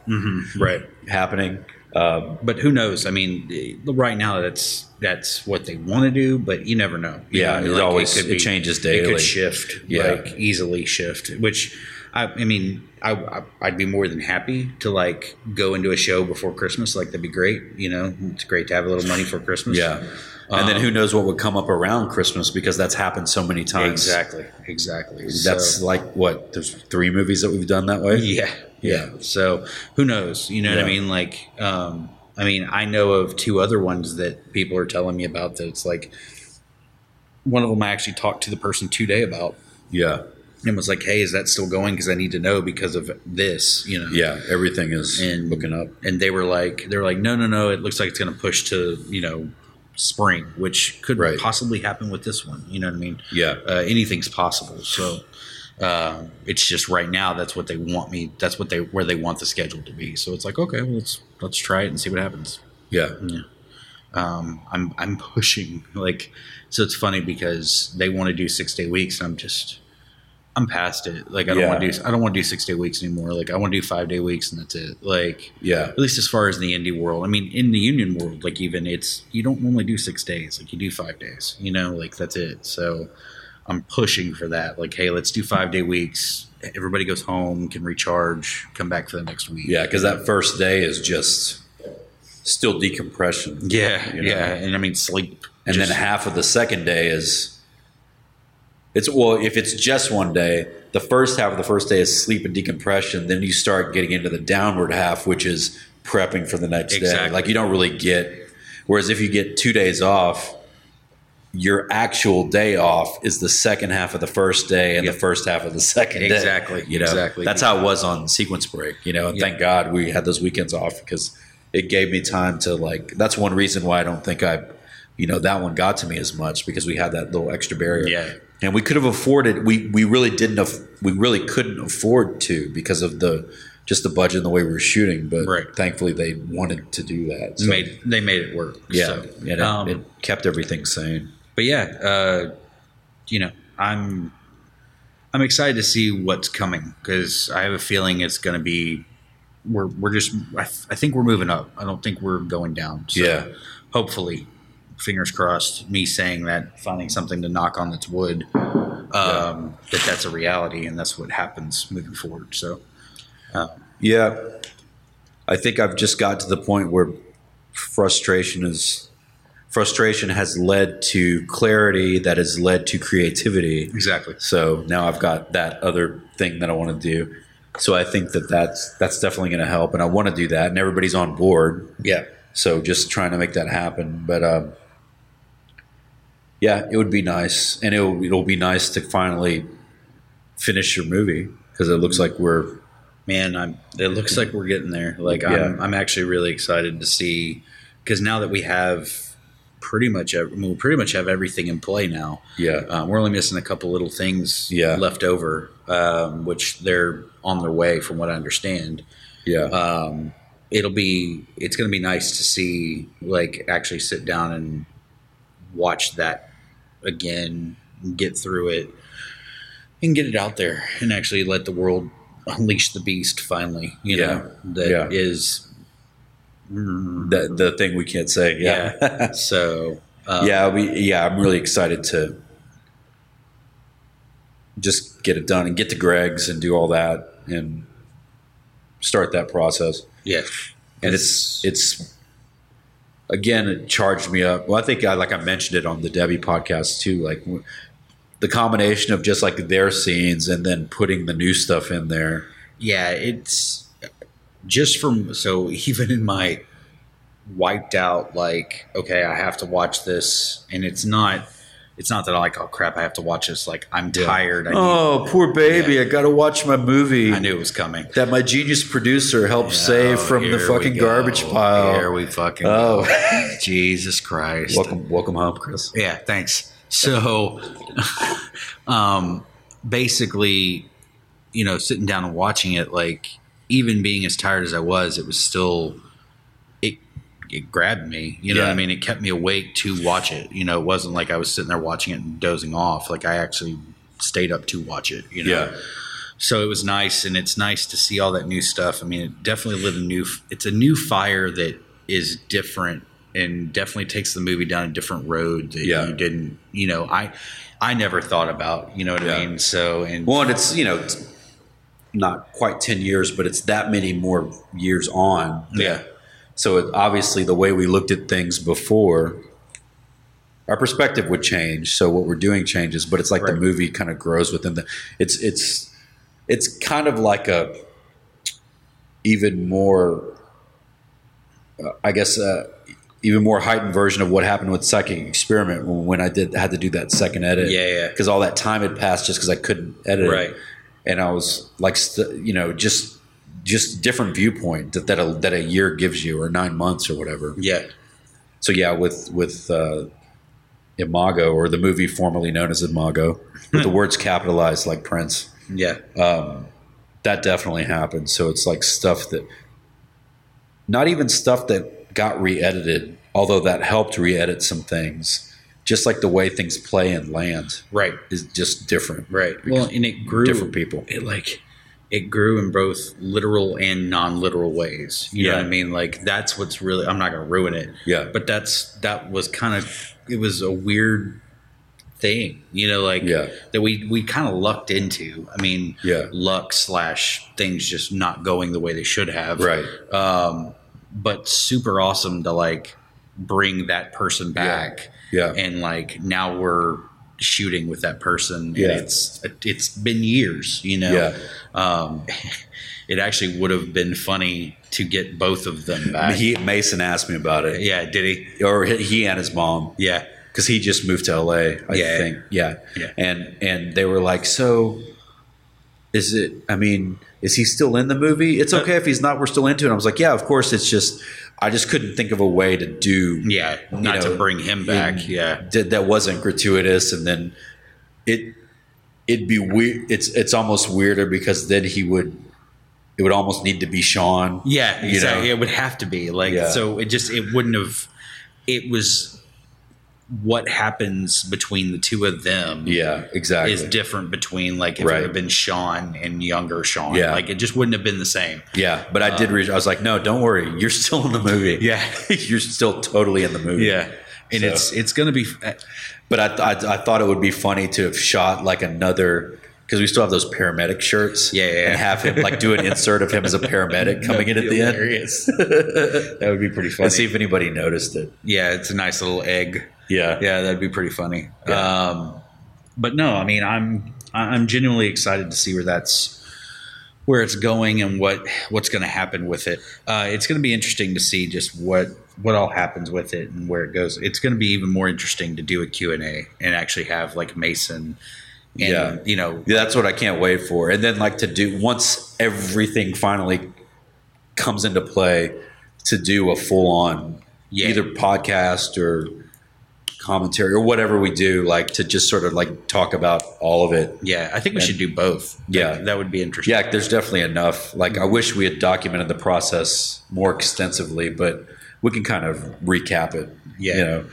Speaker 5: right.
Speaker 6: happening.
Speaker 5: Uh, but who knows? I mean, eh, right now that's that's what they want to do, but you never know. You
Speaker 6: Yeah,
Speaker 5: know, I mean,
Speaker 6: it always- it changes
Speaker 5: It
Speaker 6: daily.
Speaker 5: could shift,
Speaker 6: Yeah.
Speaker 5: like easily shift. Which, I, I mean, I, I I'd be more than happy to like go into a show before Christmas. Like that'd be great. You know, it's great to have a little money for Christmas.
Speaker 6: Yeah. And
Speaker 5: Um,
Speaker 6: then who knows what would come up around Christmas because that's happened so many times.
Speaker 5: exactly, exactly.
Speaker 6: That's
Speaker 5: So-
Speaker 6: like what there's three movies that we've done that way.
Speaker 5: Yeah, yeah. So who knows? You know what I
Speaker 6: Yeah.
Speaker 5: mean? Like, um, I mean, I know of two other ones that people are telling me about that it's like one of them I actually talked to the person today about
Speaker 6: yeah,
Speaker 5: and was like, "Hey, is that still going? Because I need to know because of this." You know?
Speaker 6: yeah. Everything is
Speaker 5: And
Speaker 6: looking up.
Speaker 5: and they were like, they were like, "No, no, no. It looks like it's going to push to you know." spring which could
Speaker 6: Right.
Speaker 5: possibly happen with this one you know what i mean
Speaker 6: Yeah.
Speaker 5: uh, anything's possible. So uh, it's just right now that's what they want me. That's what they where they want the schedule to be. So it's like okay, well, let's let's try it and see what happens.
Speaker 6: Yeah,
Speaker 5: Um, I'm I'm pushing like so. It's funny because they want to do six day weeks. And I'm just I'm past it. Like I don't
Speaker 6: Yeah.
Speaker 5: want to do I don't want to do six day weeks anymore. Like I want to do five day weeks and that's it. Like
Speaker 6: yeah,
Speaker 5: at least as far as the indie world. I mean, in the union world, like even it's you don't normally do six days, like you do five days. You know, like that's it. So I'm pushing for that. Like, hey, let's do five day weeks. Everybody goes home, can recharge, come back for the next week.
Speaker 6: yeah. Because that first day is just still decompression,
Speaker 5: yeah,
Speaker 6: You know?
Speaker 5: yeah. And I mean, sleep.
Speaker 6: and
Speaker 5: Just-
Speaker 6: then half of the second day is it's well, if it's just one day, the first half of the first day is sleep and decompression. Then you start getting into the downward half, which is prepping for the next day.
Speaker 5: Exactly.
Speaker 6: Like you don't really get. Whereas if you get two days off. Your actual day off is the second half of the first day and the first half of the second day.
Speaker 5: Exactly,
Speaker 6: You know,
Speaker 5: exactly.
Speaker 6: that's how it was on sequence break, you know, and
Speaker 5: Yeah.
Speaker 6: thank God we had those weekends off because it gave me time to like, that's one reason why I don't think I, you know, that one got to me as much because we had that little extra barrier.
Speaker 5: Yeah.
Speaker 6: And we could have afforded, we, we really didn't, aff- we really couldn't afford to because of the, just the budget and the way we were shooting. But
Speaker 5: Right.
Speaker 6: thankfully they wanted to do that.
Speaker 5: they
Speaker 6: So,
Speaker 5: made they made it work.
Speaker 6: yeah.
Speaker 5: So,
Speaker 6: and it,
Speaker 5: um,
Speaker 6: it kept everything sane.
Speaker 5: but yeah, uh, you know, I'm I'm excited to see what's coming because I have a feeling it's going to be we're we're just I, th- I think we're moving up. I don't think we're going down. So
Speaker 6: Yeah.
Speaker 5: hopefully, fingers crossed. Me saying that, finding something to knock on that's wood, um, that that's a reality and that's what happens moving forward. So
Speaker 6: Yeah. I think I've just got to the point where frustration is frustration has led to clarity that has led to creativity.
Speaker 5: exactly,
Speaker 6: So now I've got that other thing that I want to do. So I think that that's that's definitely going to help and I want to do that and everybody's on board.
Speaker 5: yeah,
Speaker 6: So just trying to make that happen, but um yeah, it would be nice and it'll it'll be nice to finally finish your movie because it looks like we're
Speaker 5: man. I'm. It looks like we're getting there. Like I'm.
Speaker 6: Yeah.
Speaker 5: I'm actually really excited to see because now that we have pretty much, ev- I mean, we pretty much have everything in play now.
Speaker 6: yeah.
Speaker 5: Um, we're only missing a couple little things
Speaker 6: Yeah.
Speaker 5: left over, um, which they're on their way, from what I understand.
Speaker 6: Yeah.
Speaker 5: Um, it'll be. It's going to be nice to see, like, actually sit down and watch that again, get through it, and get it out there, and actually let the world unleash the beast finally. You
Speaker 6: Yeah.
Speaker 5: know that
Speaker 6: Yeah.
Speaker 5: is-
Speaker 6: the the thing we can't say. Yeah, yeah.
Speaker 5: so. Um,
Speaker 6: we, yeah, I'm really excited to just get it done and get to Greg's and do all that and start that process.
Speaker 5: Yeah.
Speaker 6: And it's it's again it charged me up. Well, I think I like I mentioned it on the Debbie podcast too. Like w- the combination of just like their scenes and then putting the new stuff in there.
Speaker 5: yeah, it's just from so even in my wiped out like okay, I have to watch this, and it's not it's not that I like oh crap, I have to watch this. Like I'm tired. I, need,
Speaker 6: Oh, poor baby! I got to watch my movie.
Speaker 5: I knew it was coming.
Speaker 6: that my genius producer helped save
Speaker 5: Oh,
Speaker 6: from the
Speaker 5: here we
Speaker 6: fucking
Speaker 5: go.
Speaker 6: garbage pile.
Speaker 5: Here we fucking
Speaker 6: Oh.
Speaker 5: go. Jesus Christ.
Speaker 6: welcome, welcome home, Chris.
Speaker 5: Yeah, thanks. So, um, basically, you know, sitting down and watching it, like even being as tired as I was, it was still it it grabbed me. You know what
Speaker 6: Yeah.
Speaker 5: I mean? It kept me awake to watch it. You know, it wasn't like I was sitting there watching it and dozing off. Like I actually stayed up to watch it. You know,
Speaker 6: Yeah,
Speaker 5: so it was nice, and it's nice to see all that new stuff. I mean, it definitely lit a new. It's a new fire that is different, and definitely takes the movie down a different road that
Speaker 6: Yeah.
Speaker 5: you didn't. You know, I I never thought about. You know what
Speaker 6: Yeah.
Speaker 5: I mean? So and
Speaker 6: Well, and it's you know, it's not quite ten years, but it's that many more years on.
Speaker 5: Yeah.
Speaker 6: So it, obviously, the way we looked at things before, our perspective would change. So what we're doing changes, but it's like the
Speaker 5: Right.
Speaker 6: movie kind of grows within the. It's it's it's kind of like a even more, uh, I guess. Uh, even more heightened version of what happened with psychic experiment when, when I did had to do that second edit.
Speaker 5: Yeah, yeah.
Speaker 6: Because all that time had passed just because I couldn't edit it.
Speaker 5: Right.
Speaker 6: And I was like, st- you know, just just different viewpoint that that a, that a year gives you or nine months or whatever.
Speaker 5: yeah,
Speaker 6: So yeah, with with uh, Imago or the movie formerly known as Imago, with the words capitalized like Prince
Speaker 5: yeah, Uh,
Speaker 6: that definitely happened. So it's like stuff that, not even stuff that got re edited, although that helped re edit some things, just like the way things play and land
Speaker 5: right.
Speaker 6: is just different.
Speaker 5: Right. Well, and it grew
Speaker 6: different people.
Speaker 5: It like it grew in both literal and non-literal ways. You know
Speaker 6: Yeah.
Speaker 5: what I mean? Like that's what's really. I'm not gonna ruin it.
Speaker 6: Yeah.
Speaker 5: But that's that was kind of it was a weird thing. You know, like
Speaker 6: Yeah.
Speaker 5: that we we kind of lucked into. I mean,
Speaker 6: Yeah.
Speaker 5: luck slash things just not going the way they should have.
Speaker 6: Right.
Speaker 5: Um, but super awesome to like bring that person back
Speaker 6: Yeah.
Speaker 5: and like now we're shooting with that person
Speaker 6: Yeah.
Speaker 5: and it's it's been years you know
Speaker 6: Yeah.
Speaker 5: um it actually would have been funny to get both of them back
Speaker 6: he, Mason asked me about it,
Speaker 5: yeah did he
Speaker 6: or he- he and his mom.
Speaker 5: yeah
Speaker 6: because he just moved to LA. I
Speaker 5: Yeah.
Speaker 6: think, yeah.
Speaker 5: Yeah.
Speaker 6: And and they were like, so is it? I mean, is he still in the movie? It's
Speaker 5: Uh,
Speaker 6: okay if he's not. We're still into it. I was like, yeah, of course. It's just I just couldn't think of a way to do
Speaker 5: yeah not
Speaker 6: know,
Speaker 5: to bring him back yeah
Speaker 6: did, that wasn't gratuitous, and then it it'd be weird. It's it's almost weirder because then he would it would almost need to be Sean.
Speaker 5: yeah
Speaker 6: you know?
Speaker 5: exactly it would have to be like
Speaker 6: Yeah.
Speaker 5: so it just it wouldn't have it was what happens between the two of them
Speaker 6: Yeah, exactly.
Speaker 5: is different between like if
Speaker 6: Right.
Speaker 5: it had been Sean and younger Sean.
Speaker 6: Yeah.
Speaker 5: Like it just wouldn't have been the same.
Speaker 6: Yeah, but I did reach. I was like, no, don't worry. You're still in the movie.
Speaker 5: uh, Yeah.
Speaker 6: you're still totally in the movie.
Speaker 5: And
Speaker 6: So-
Speaker 5: it's it's gonna be uh,
Speaker 6: But I, I, I thought it would be funny to have shot like another because we still have those paramedic shirts.
Speaker 5: Yeah, yeah, yeah.
Speaker 6: And have him like do an insert of him as a paramedic coming in at the end.
Speaker 5: that would be pretty funny.
Speaker 6: And see if anybody noticed it.
Speaker 5: yeah, it's a nice little egg.
Speaker 6: Yeah.
Speaker 5: Yeah, that'd be pretty funny. Um, but no, I mean, I'm I- I'm genuinely excited to see where that's where it's going and what what's going to happen with it. Uh, it's going to be interesting to see just what what all happens with it and where it goes. It's going to be even more interesting to do a Q and A and actually have like Mason. And,
Speaker 6: Yeah.
Speaker 5: you know,
Speaker 6: Yeah, that's what I can't wait for. And then like to do once everything finally comes into play to do a full on
Speaker 5: Yeah.
Speaker 6: either podcast or commentary or whatever we do, like to just sort of like talk about all of it.
Speaker 5: yeah, I think we should do both.
Speaker 6: Yeah.
Speaker 5: that, that would be interesting.
Speaker 6: Yeah, there's definitely enough. Like I wish we had documented the process more extensively, but we can kind of recap it.
Speaker 5: Yeah.
Speaker 6: You know.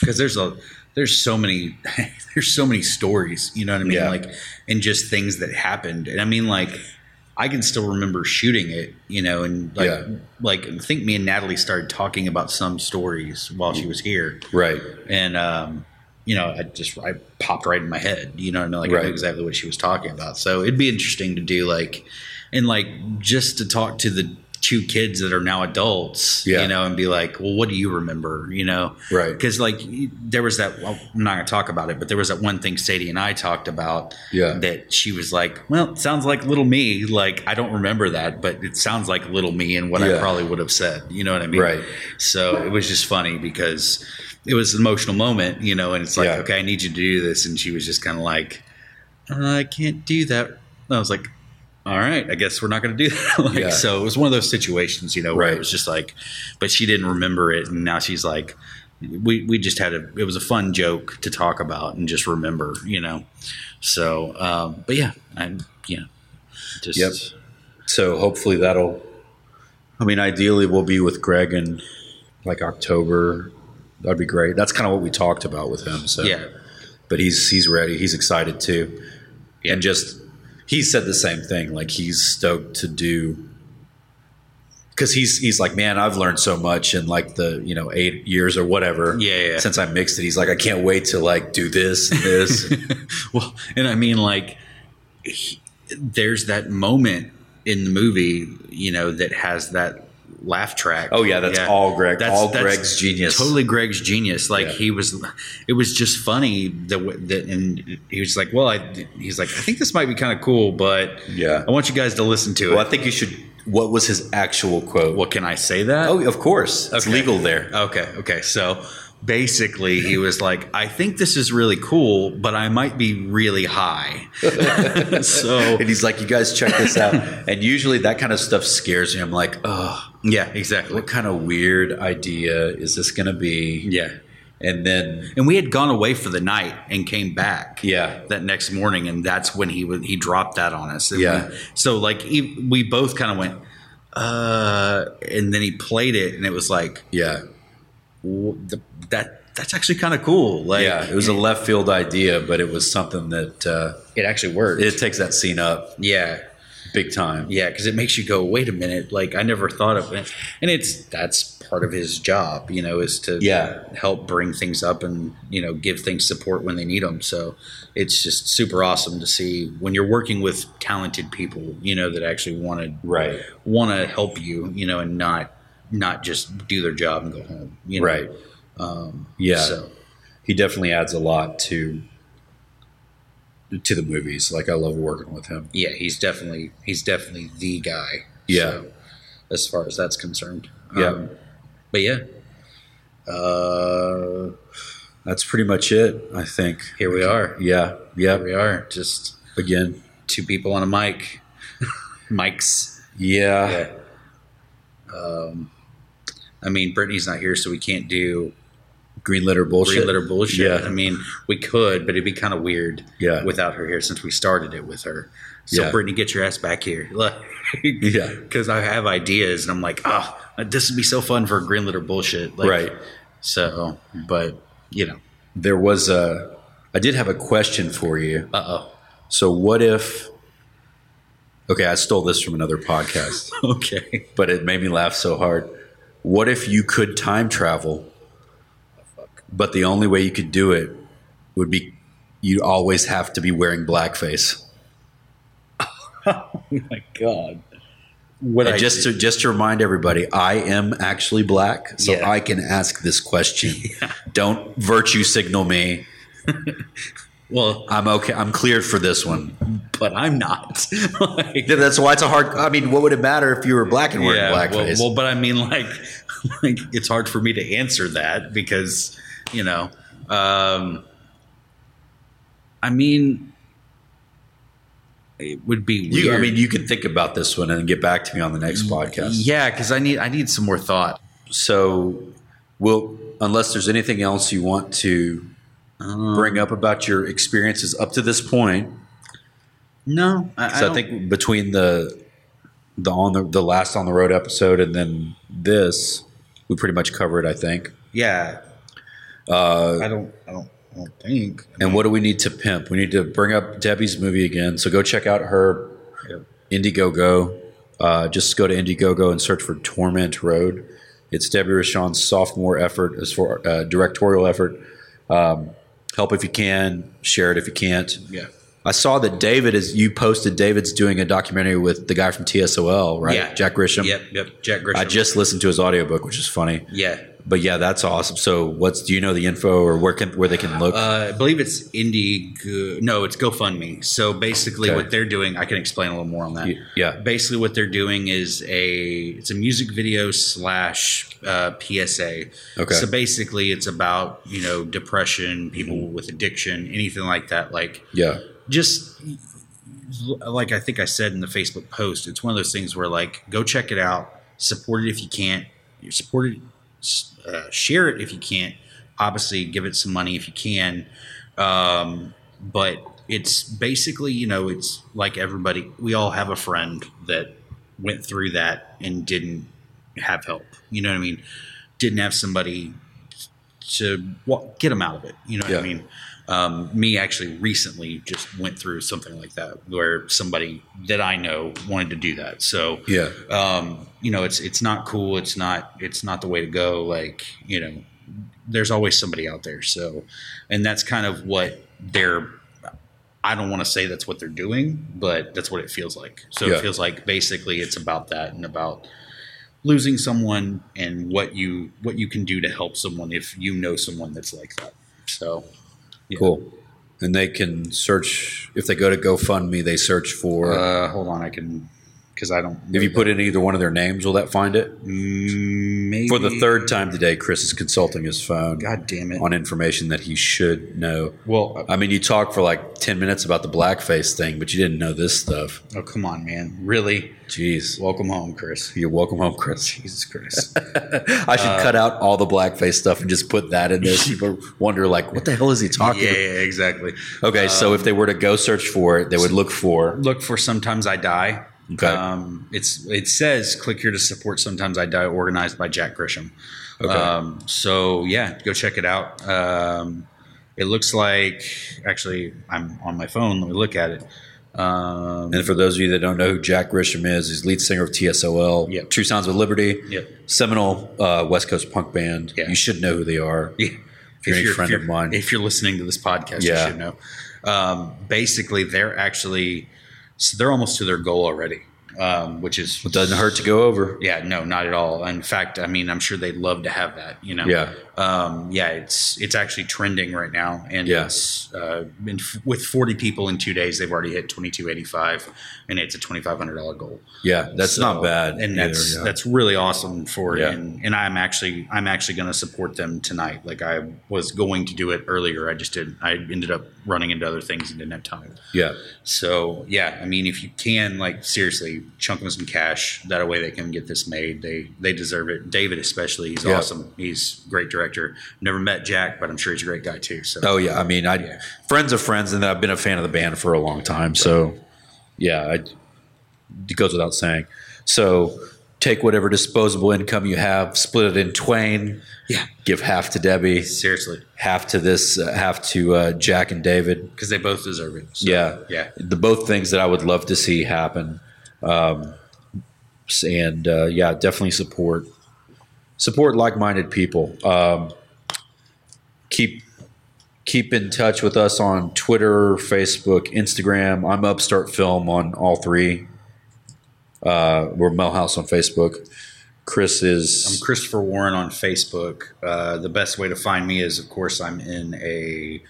Speaker 5: because there's a there's so many there's so many stories you know what i mean
Speaker 6: Yeah.
Speaker 5: like and just things that happened and i mean like i can still remember shooting it you know and like
Speaker 6: Yeah.
Speaker 5: like i think me and natalie started talking about some stories while she was here
Speaker 6: Right.
Speaker 5: and um you know i just i popped right in my head you know and like i
Speaker 6: Right.
Speaker 5: knew exactly what she was talking about so it'd be interesting to do like and like just to talk to the two kids that are now adults
Speaker 6: Yeah.
Speaker 5: you know and be like well what do you remember you know
Speaker 6: Right.
Speaker 5: because like y- there was that well, i'm not going to talk about it but there was that one thing sadie and i talked about
Speaker 6: Yeah.
Speaker 5: that she was like well it sounds like little me like i don't remember that but it sounds like little me and what i
Speaker 6: Yeah.
Speaker 5: probably would have said you know what i mean
Speaker 6: Right.
Speaker 5: so it was just funny because it was an emotional moment, you know, and it's like,
Speaker 6: Yeah.
Speaker 5: okay, I need you to do this. And she was just kind of like, "Uh, I can't do that. And I was like, all right, I guess we're not going to do that. like,
Speaker 6: Yeah.
Speaker 5: So it was one of those situations, you know, where
Speaker 6: Right.
Speaker 5: it was just like, but she didn't remember it. And now she's like, we, we just had a, it was a fun joke to talk about and just remember, you know? So, um, but yeah, I, you know, just,
Speaker 6: Yep. So hopefully that'll. I mean, ideally we'll be with Greg in like October. That'd be great. That's kind of what we talked uh, about with him. So
Speaker 5: yeah,
Speaker 6: but he's he's ready. He's excited too, and just he said the same thing. Like he's stoked to do because he's he's like, man, I've learned so much in like the you know eight years or whatever.
Speaker 5: Yeah, yeah.
Speaker 6: Since I mixed it, he's like, I can't wait to like do this and this.
Speaker 5: well, and I mean, like, he, there's that moment in the movie, you know, that has that laugh track.
Speaker 6: Oh, yeah, that's all Greg- all Greg's genius.
Speaker 5: Totally Greg's genius. Like
Speaker 6: Yeah.
Speaker 5: he was, it was just funny the way that, and he was like, well, I, he's like, I think this might be kind of cool, but
Speaker 6: Yeah.
Speaker 5: I want you guys to listen to
Speaker 6: well, I
Speaker 5: it.
Speaker 6: think you should. What was his actual quote?
Speaker 5: Well, can I say that?
Speaker 6: Oh, of course, it's
Speaker 5: Okay. Oh,
Speaker 6: legal there.
Speaker 5: Okay, okay. So basically, he was like, I think this is really cool, but I might be really high. so,
Speaker 6: And he's like, you guys check this out. and usually that kind of stuff scares me. I'm like, oh,
Speaker 5: yeah, exactly.
Speaker 6: what kind of weird idea is this going to be?
Speaker 5: Yeah.
Speaker 6: And then,
Speaker 5: And we had gone away for the night and came back.
Speaker 6: Yeah.
Speaker 5: That next morning, and that's when he would he dropped that on us. And
Speaker 6: Yeah.
Speaker 5: we- so like he, we both kind of went, uh, and then he played it, and it was like
Speaker 6: yeah,
Speaker 5: w- the, that that's actually kind of cool. Like
Speaker 6: yeah, it was a left field idea, but it was something that uh,
Speaker 5: it actually worked.
Speaker 6: it takes that scene up
Speaker 5: yeah.
Speaker 6: big time.
Speaker 5: Yeah, because it makes you go, wait a minute, like I never thought of it. And it's that's part of his job, you know, is to
Speaker 6: Yeah.
Speaker 5: help bring things up and you know give things support when they need them. So it's just super awesome to see when you're working with talented people, you know, that actually want to
Speaker 6: Right.
Speaker 5: want to help you, you know, and not not just do their job and go home, you know?
Speaker 6: Right. Um, yeah.
Speaker 5: So
Speaker 6: He definitely adds a lot to to the movies. Like, I love working with him.
Speaker 5: yeah, he's definitely he's definitely the guy.
Speaker 6: Yeah.
Speaker 5: So, as far as that's concerned.
Speaker 6: Yeah.
Speaker 5: Um, but yeah. Uh,
Speaker 6: That's pretty much it, I think.
Speaker 5: Here we are.
Speaker 6: Yeah. Yeah.
Speaker 5: Here we are. Just
Speaker 6: Again.
Speaker 5: two people on a mic. Mics.
Speaker 6: Yeah.
Speaker 5: Yeah. Um, I mean, Brittany's not here, so we can't do
Speaker 6: Green litter bullshit.
Speaker 5: green litter bullshit.
Speaker 6: Yeah.
Speaker 5: I mean, we could, but it'd be kind of weird
Speaker 6: Yeah.
Speaker 5: without her here since we started it with her. So,
Speaker 6: Yeah.
Speaker 5: Brittany, get your ass back here.
Speaker 6: Yeah.
Speaker 5: Because I have ideas, and I'm like, oh, this would be so fun for green litter bullshit. Like,
Speaker 6: Right.
Speaker 5: So, but, you know,
Speaker 6: there was a i did have a question for you
Speaker 5: uh
Speaker 6: so what if okay i stole this from another podcast
Speaker 5: oh. Okay.
Speaker 6: but it made me laugh so hard what if you could time travel but the only way you could do it would be you always have to be wearing blackface
Speaker 5: Oh My God.
Speaker 6: what and
Speaker 5: I
Speaker 6: just to just to remind everybody i am actually black so
Speaker 5: Yeah.
Speaker 6: i can ask this question don't virtue signal me
Speaker 5: Well,
Speaker 6: i'm okay i'm cleared for this one
Speaker 5: but I'm not. like,
Speaker 6: Yeah, that's why it's a hard. I mean, what would it matter if you were black and wearing
Speaker 5: well,
Speaker 6: blackface?
Speaker 5: well, but I mean, like, like it's hard for me to answer that because you know, um, I mean, it would be weird. Mm-hmm.
Speaker 6: you, I mean, you can think about this one and get back to me on the next podcast.
Speaker 5: yeah, because I need I need some more thought.
Speaker 6: So, we'll unless there's anything else you want to
Speaker 5: Um,
Speaker 6: bring up about your experiences up to this point,
Speaker 5: No, I,
Speaker 6: 'cause I,
Speaker 5: don't-
Speaker 6: think between the the on the the last on the road episode and then this, we pretty much covered. I think.
Speaker 5: yeah. I don't. I don't. I don't think.
Speaker 6: And what do we need to pimp? We need to bring up Debbie's movie again. So go check out her Indiegogo. Uh, just go to Indiegogo and search for Torment Road. It's Debbie Rashawn's sophomore effort as for uh, directorial effort. Um, help if you can, share it if you can't.
Speaker 5: Yeah.
Speaker 6: I saw that David is you posted David's doing a documentary with the guy from TSOL, right?
Speaker 5: Yeah.
Speaker 6: Jack Grisham.
Speaker 5: Yep. Yep. Jack Grisham.
Speaker 6: I just listened to his audiobook, which is funny.
Speaker 5: yeah.
Speaker 6: But yeah, that's awesome. So what's do you know the info or where can where they can look?
Speaker 5: Uh, I believe it's Indie. No, it's GoFundMe. So basically,
Speaker 6: Okay.
Speaker 5: what they're doing, I can explain a little more on that.
Speaker 6: Y- yeah.
Speaker 5: Basically, what they're doing is a it's a music video slash uh, PSA.
Speaker 6: Okay.
Speaker 5: So basically, it's about you know depression, people with addiction, anything like that. Like
Speaker 6: yeah.
Speaker 5: just like I think I said in the Facebook post, it's one of those things where like go check it out, support it if you can't, you support it, s- uh, share it if you can't. Obviously, give it some money if you can. Um, but it's basically you know it's like everybody we all have a friend that went through that and didn't have help. You know what I mean? Didn't have somebody to wa- get them out of it. You know what
Speaker 6: Yeah.
Speaker 5: I mean? Um, me actually recently just went through something like that where somebody that I know wanted to do that. So
Speaker 6: Yeah.
Speaker 5: um, you know, it's it's not cool. It's not it's not the way to go. Like you know, there's always somebody out there. So, and that's kind of what they're. I don't want to say that's what they're doing, but that's what it feels like. So
Speaker 6: Yeah.
Speaker 5: it feels like basically it's about that and about losing someone and what you what you can do to help someone if you know someone that's like that. So Yeah.
Speaker 6: Cool. And they can search if they go to GoFundMe, they search for.
Speaker 5: uh, hold on, I can because I don't.
Speaker 6: if you put in either one of their names, will that find it?
Speaker 5: maybe
Speaker 6: For the third time today, Chris is consulting his phone
Speaker 5: God damn it.
Speaker 6: on information that he should know.
Speaker 5: well,
Speaker 6: I mean, you talked for like 10 minutes about the blackface thing, but you didn't know this stuff.
Speaker 5: oh come on, man, really?
Speaker 6: Jeez.
Speaker 5: Welcome home, Chris.
Speaker 6: You're welcome home, Chris.
Speaker 5: Jesus Uh, Christ.
Speaker 6: I should cut out all the blackface stuff and just put that in there. so People wonder, like, what the hell is he talking
Speaker 5: yeah,
Speaker 6: about?
Speaker 5: yeah, exactly.
Speaker 6: Okay, so if they were to go search for it, they would look for.
Speaker 5: Look for sometimes I die.
Speaker 6: Okay.
Speaker 5: Um, it's it says click here to support sometimes I die organized by Jack Grisham.
Speaker 6: Okay.
Speaker 5: Um, so yeah, go check it out. Um, it looks like actually I'm on my phone. Let me look at it. Um,
Speaker 6: And for those of you that don't know who Jack Grisham is, he's lead singer of TSOL,
Speaker 5: Yep.
Speaker 6: True Sounds of Liberty,
Speaker 5: Yep.
Speaker 6: seminal uh, West Coast punk band.
Speaker 5: Yeah.
Speaker 6: You should know who they are.
Speaker 5: Yeah.
Speaker 6: you're
Speaker 5: If
Speaker 6: any
Speaker 5: you're,
Speaker 6: friend
Speaker 5: if
Speaker 6: of
Speaker 5: you're-
Speaker 6: mine.
Speaker 5: If you're listening to this podcast,
Speaker 6: Yeah.
Speaker 5: you should know. Um, basically, they're actually so they're almost to their goal already, um, which is
Speaker 6: It doesn't hurt to go over.
Speaker 5: Yeah, no, not at all. In fact, I mean, I'm sure they'd love to have that. You know,
Speaker 6: Yeah.
Speaker 5: um, yeah. It's it's actually trending right now, and
Speaker 6: Yeah.
Speaker 5: it's uh, been f- with 40 people in two days, they've already hit 2285, and it's a 2,500 dollar goal.
Speaker 6: Yeah, that's
Speaker 5: So-
Speaker 6: not bad.
Speaker 5: and
Speaker 6: either,
Speaker 5: that's
Speaker 6: yeah.
Speaker 5: that's really awesome for
Speaker 6: Yeah.
Speaker 5: and, and I'm actually I'm actually going to support them tonight. Like I was going to do it earlier, I just didn't. I ended up running into other things and didn't have time.
Speaker 6: yeah.
Speaker 5: So yeah, I mean, if you can, like seriously, chunk them some cash. That way they can get this made. They they deserve it. David especially, he's
Speaker 6: Yeah.
Speaker 5: awesome. He's a great director. Never met Jack, but I'm sure he's a great guy too. So
Speaker 6: Oh yeah, I mean, I friends of friends, and I've been a fan of the band for a long time. So yeah, I, it goes without saying. So take whatever disposable income you have, split it in twain.
Speaker 5: yeah,
Speaker 6: Give half to Debbie,
Speaker 5: seriously,
Speaker 6: half to this, uh, half to uh, Jack and David.
Speaker 5: because they both deserve it. So,
Speaker 6: yeah,
Speaker 5: yeah.
Speaker 6: the both things that I would love to see happen. Um, and uh, yeah, definitely support support like minded people. Um, keep keep in touch with us on Twitter, Facebook, Instagram. I'm Upstart Film on all three. Uh, we're Mel House on Facebook. Chris
Speaker 5: I'm
Speaker 6: is
Speaker 5: Christopher Warren on Facebook. Uh, the best way to find me is, of course, I'm in a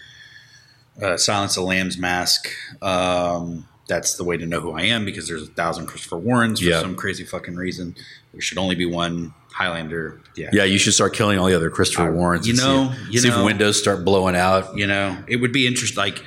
Speaker 5: uh, Silence of the Lambs mask. Um, that's the way to know who I am because there's a thousand Christopher Warrens for
Speaker 6: Yeah.
Speaker 5: some crazy fucking reason. There should only be one Highlander. Yeah.
Speaker 6: yeah. You should start killing all the other Christopher Warrens.
Speaker 5: you
Speaker 6: and see-
Speaker 5: know, you
Speaker 6: see if
Speaker 5: know.
Speaker 6: windows start blowing out.
Speaker 5: You know, it would be interesting. Like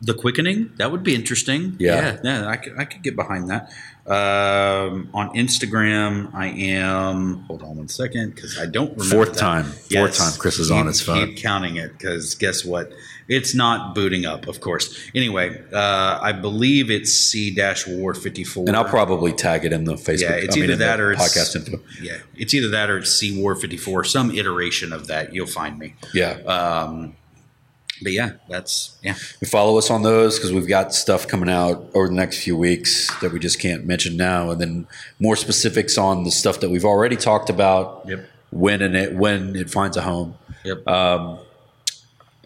Speaker 5: the quickening, that would be interesting.
Speaker 6: Yeah.
Speaker 5: yeah, yeah, I could, I could get behind that. Um, on Instagram, I am. Hold on one second, because I don't remember.
Speaker 6: Fourth
Speaker 5: that.
Speaker 6: time. Fourth time Chris is on
Speaker 5: Keep-
Speaker 6: his phone.
Speaker 5: Keep counting it, because guess what? It's not booting up, of course. Anyway, uh, I believe it's C War fifty four.
Speaker 6: And I'll probably tag it in the Facebook.
Speaker 5: Yeah, it's
Speaker 6: I mean,
Speaker 5: either
Speaker 6: in the
Speaker 5: that or it's-
Speaker 6: podcast info.
Speaker 5: Yeah, it's either that or it's C War fifty four. Some iteration of that, you'll find me.
Speaker 6: Yeah,
Speaker 5: But yeah, that's yeah.
Speaker 6: And follow us on those because we've got stuff coming out over the next few weeks that we just can't mention now, and then more specifics on the stuff that we've already talked about.
Speaker 5: Yep.
Speaker 6: When and it when it finds a home,
Speaker 5: Yep.
Speaker 6: Uh,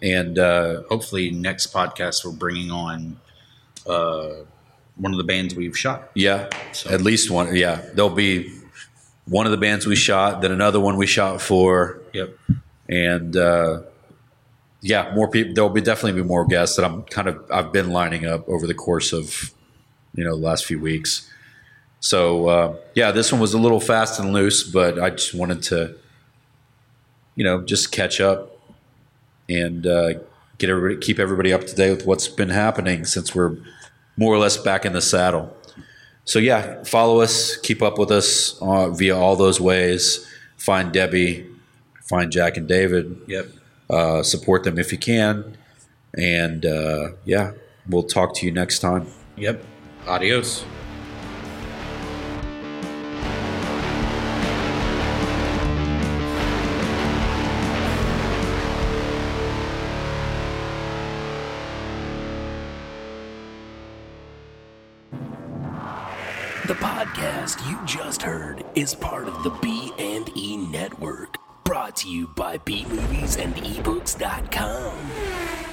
Speaker 6: and uh,
Speaker 5: hopefully next podcast we're bringing on uh, one of the bands we've shot.
Speaker 6: yeah, at least one. Yeah, there'll be one of the bands we shot, then another one we shot for,
Speaker 5: Yep.
Speaker 6: and uh, yeah, more people. There'll be definitely be more guests that I'm kind of I've been lining up over the course of you know the last few weeks. So uh, yeah, this one was a little fast and loose, but I just wanted to you know just catch up and uh, get everybody keep everybody up to date with what's been happening since we're more or less back in the saddle. So yeah, follow us, keep up with us uh, via all those ways. Find Debbie, find Jack and David
Speaker 5: Yep.
Speaker 6: uh, support them if you can. And uh, yeah, we'll talk to you next time.
Speaker 5: Yep. Adios.
Speaker 4: The podcast you just heard is part of the E B&E E Network, brought to you by bmoviesandebooks.com.